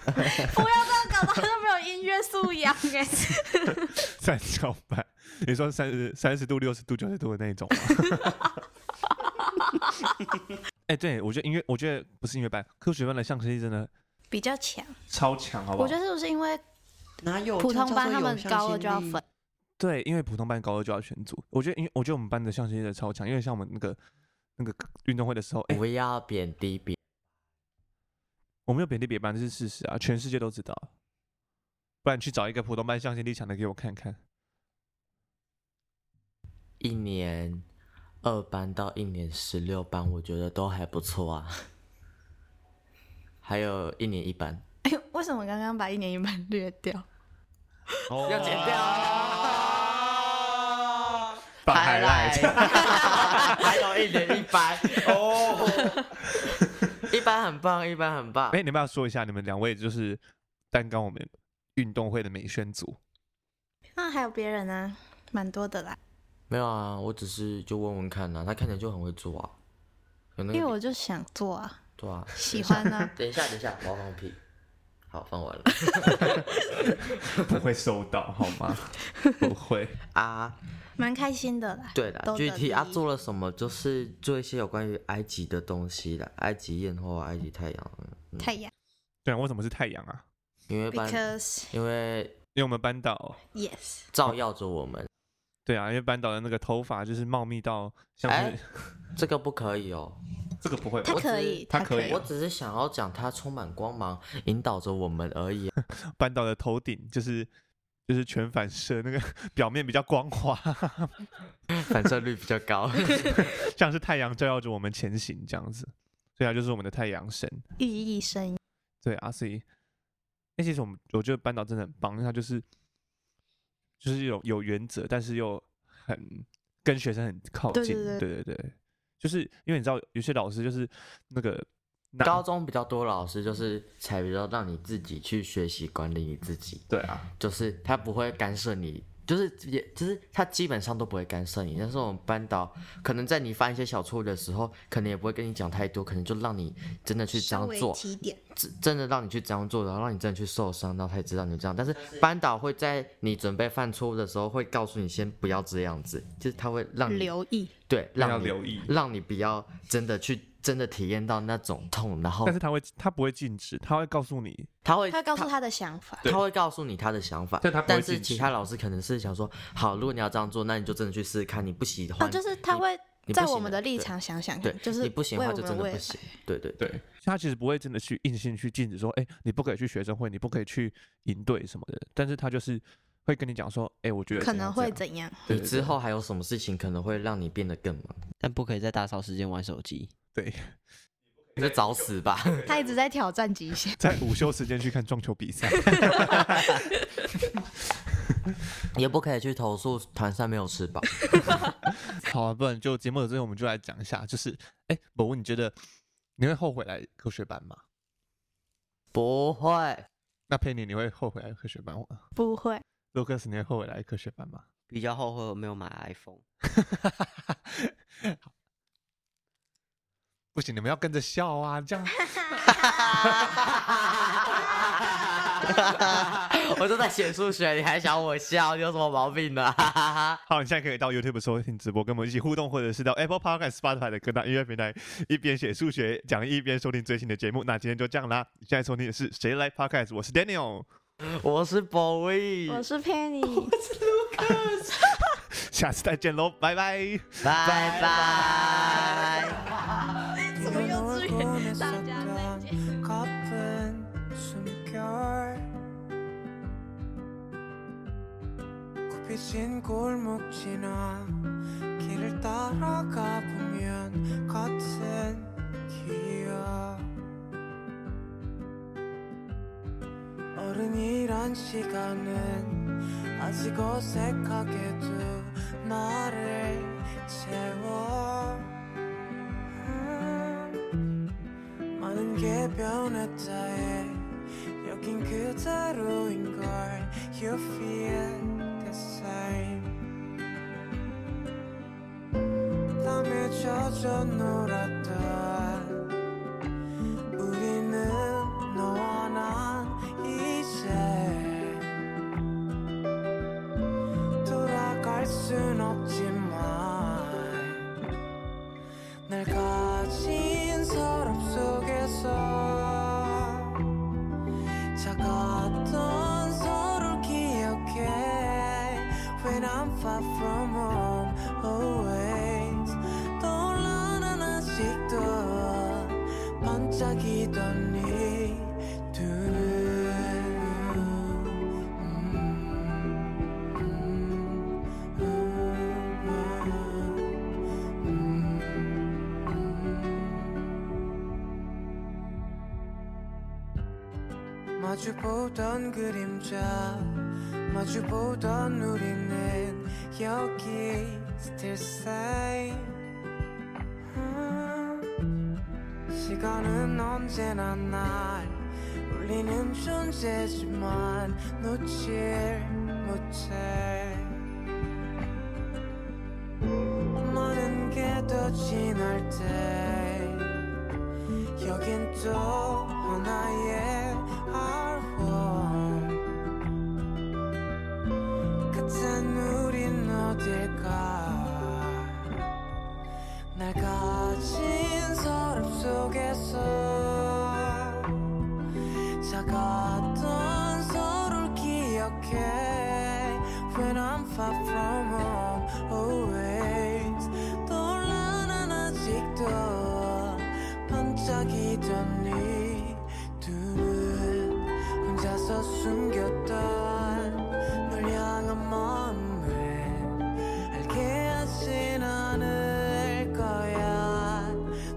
Speaker 4: 不要这样搞到都没有音乐素养哎、
Speaker 3: 三角板，你说三十三十度、六十度、九十度的那种吗？ 哎、对，我觉得音乐，我觉得不是音乐班，科学班的向心力真的
Speaker 4: 比较强。
Speaker 2: 超强，好不
Speaker 4: 我
Speaker 2: 好
Speaker 4: 觉？得是不是因为
Speaker 5: 哪有
Speaker 4: 普通班他们高了就要分？，
Speaker 3: 对，因为普通班高二就要选组，我觉得，因为我觉得我们班的向心力真的超强，因为像我们那个那个运动会的时候，哎、
Speaker 1: 不要贬低别
Speaker 3: 我没有贬低别班，这是事实啊，全世界都知道。不然你去找一个普通班向心力强的给我看看。
Speaker 1: 一年二班到一年十六班，我觉得都还不错啊。还有一年一班，
Speaker 4: 哎呦，为什么刚刚把一年一班略掉？
Speaker 1: 要剪
Speaker 3: 哦
Speaker 1: 掉。
Speaker 2: 把海赖，
Speaker 1: 还有一年一班哦， 一班很棒，一班很棒
Speaker 3: 哎、。你们要说一下你们两位就是担纲我们运动会的美宣组，
Speaker 4: 那还有别人啊，蛮多的啦。
Speaker 1: 没有啊，我只是就问问看呐、啊他看起来就很会做啊。有那
Speaker 4: 因为
Speaker 1: 个
Speaker 4: 我就想做啊，
Speaker 1: 对啊，。
Speaker 4: 喜欢啊
Speaker 1: 等一下，等一下，我要放屁。好，放完了
Speaker 2: 不会收到好吗？
Speaker 3: 不会。
Speaker 1: 啊。
Speaker 4: 蛮开心的啦。
Speaker 1: 对的，
Speaker 4: 都
Speaker 1: 具
Speaker 4: 得
Speaker 1: 体啊
Speaker 4: 第一
Speaker 1: 做了什么，就是做一些有关于埃及的东西啦，埃及艳后、啊埃及太阳，
Speaker 4: 太阳
Speaker 3: 对啊，为什么是太阳啊？
Speaker 1: 因为班
Speaker 4: ，because
Speaker 1: 因为
Speaker 3: 因为我们班导，
Speaker 4: yes，
Speaker 1: 照耀着我们，
Speaker 3: 对啊，因为班导的那个头发就是茂密到像是、
Speaker 1: 哎这个不可以哦。
Speaker 3: 这个不会吧
Speaker 4: 他
Speaker 1: 我只
Speaker 4: 可以，
Speaker 3: 他可
Speaker 4: 可
Speaker 3: 以
Speaker 1: 我只是想要讲它充满光芒，引导着我们而已。
Speaker 3: 班导的头顶就是就是全反射，那个 表面比较光滑，
Speaker 1: 反射率比较高。
Speaker 3: 像是太阳照耀着我们前行这样子。对啊，就是我们的太阳神。
Speaker 4: 寓意深远。
Speaker 3: 对啊，所以那其实我们我觉得班导真的很棒，因为他就是就是有有原则，但是又很跟学生很靠
Speaker 4: 对
Speaker 3: 近。
Speaker 4: 对
Speaker 3: 对对对就是因为你知道有些老师就是那个拿
Speaker 1: 高中比较多老师就是才比较让你自己去学习管理你自己，
Speaker 3: 对啊，
Speaker 1: 就是他不会干涉你，就是也就是他基本上都不会干涉你。但是我们班导可能在你犯一些小错误的时候，可能也不会跟你讲太多，可能就让你真的去这
Speaker 4: 稍
Speaker 1: 样
Speaker 4: 微
Speaker 1: 做，
Speaker 4: 提点，
Speaker 1: 真真的让你去这样做，然后让你真的去受伤，然后他也知道你这样。但是班导会在你准备犯错误的时候，会告诉你先不要这样子，就是他会让你
Speaker 4: 留意。
Speaker 1: 对
Speaker 3: 要
Speaker 1: 让你
Speaker 3: 留意
Speaker 1: 让你不要真的去真的体验到那种痛，然后
Speaker 3: 但是他会他不会禁止，他会告诉你
Speaker 1: 他会
Speaker 4: 他告诉他的想法，
Speaker 1: 他会告诉你他的想法，
Speaker 3: 但他不会
Speaker 1: 但
Speaker 3: 禁
Speaker 1: 是
Speaker 3: 止
Speaker 1: 其他老师可能是想说，好，如果你要这样做，那你就真的去试试看，你不喜欢，
Speaker 4: 啊，就是他
Speaker 1: 你
Speaker 4: 会
Speaker 1: 你不
Speaker 4: 在
Speaker 1: 行
Speaker 4: 我们
Speaker 1: 的
Speaker 4: 的立
Speaker 1: 对
Speaker 4: 场想想
Speaker 1: 对
Speaker 4: 看，，就是
Speaker 1: 你不行的
Speaker 4: 为
Speaker 1: 话
Speaker 4: 我
Speaker 1: 就
Speaker 4: 们
Speaker 1: 真的
Speaker 4: 未
Speaker 1: 不
Speaker 4: 来。
Speaker 1: 行，对对
Speaker 3: 对，他其实不会真的去硬性去禁止说，哎、你不可以去学生会，你不可以去营队什么的，但是他就是会跟你讲说，哎、我觉得
Speaker 4: 可
Speaker 3: 怎样
Speaker 4: 能会
Speaker 3: 怎样
Speaker 4: 怎样？
Speaker 3: 对
Speaker 1: 你
Speaker 3: 对
Speaker 1: 之后还有什么事情可能会让你变得更忙？
Speaker 5: 但不可以在打扫时间玩手机。
Speaker 3: 对，，
Speaker 1: 你就找死吧！
Speaker 4: 他一直在挑战极限
Speaker 3: 在午休时间去看撞球比 赛，
Speaker 1: 也不可以去投诉团扇没有吃饱。
Speaker 3: 好啊，不然就节目的最后我们就来讲一下，就是，哎、宝文，你觉得你会后悔来科学班吗？
Speaker 1: 不会，
Speaker 3: 那佩妮，你会后悔来科学班吗
Speaker 4: 不会。
Speaker 3: ？Lucas，你会后悔来科学班吗？
Speaker 5: 比较后悔我没有买 iPhone。，
Speaker 3: 不行，你们要跟着笑啊，这样
Speaker 5: 我都在写数学，你还想我笑？你有什么毛 病呢、哈哈哈。
Speaker 3: 好，你现在可以到 YouTube 收听直播，跟我们一起互动，或者是到 Apple Podcast、Spotify 的各大音乐平台，一边写数学讲义，一边收听最新的节目。那今天就这样啦，你现在收听的是《谁来 Podcast》，我是 Daniel，
Speaker 5: 我是 Bowie，
Speaker 4: 我是 Penny，
Speaker 3: 下次再见喽，拜拜。
Speaker 5: 拜拜。
Speaker 4: 怎么幼稚园？ 大家再见。
Speaker 6: 가쁜 숨결 굽히진 골목 지나 길을 따라가 보면 같은 기억 어른이란 시간은 아직 어색하게도 나를 채워 음. 많은 게 변했다에 여긴 그대로인 걸 You feel the same 땀에 젖어 놀았던 우리는 너와 난 이제 돌아갈 순 없지만 날 가진 서랍 속에서 작았던 서로 기억해 When I'm far from home always 떠올라 난 아직도 반짝이던 네두 눈. 마주보던 그림자 마주보던 우리는 여기 still same 음, 시간은 언제나 날 울리는 존재지만 놓칠 못해 많은 게 더 지날 때 여긴 또 하나의 our home 같은 우린 어딜까 날 가진 서랍 속에서 작았던 서로를 기억해 When I'm far from home always 떠올라 난 아직도 반짝이던 네두눈 혼자서 숨겼던 널 향한 마음을 알게 하진 않을 거야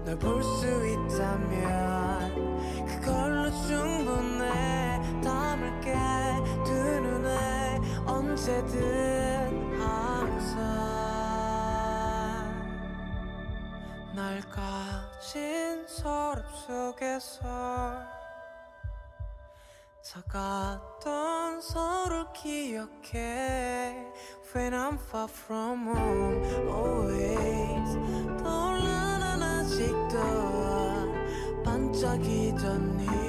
Speaker 6: 널 볼 수 있다면 그걸로 충분해 담을게 두 눈에 언제든 항상 날 가진 서랍 속에서 작았던 서로 기억해 When I'm far from home always 떠올라 난 아직도 반짝이던 네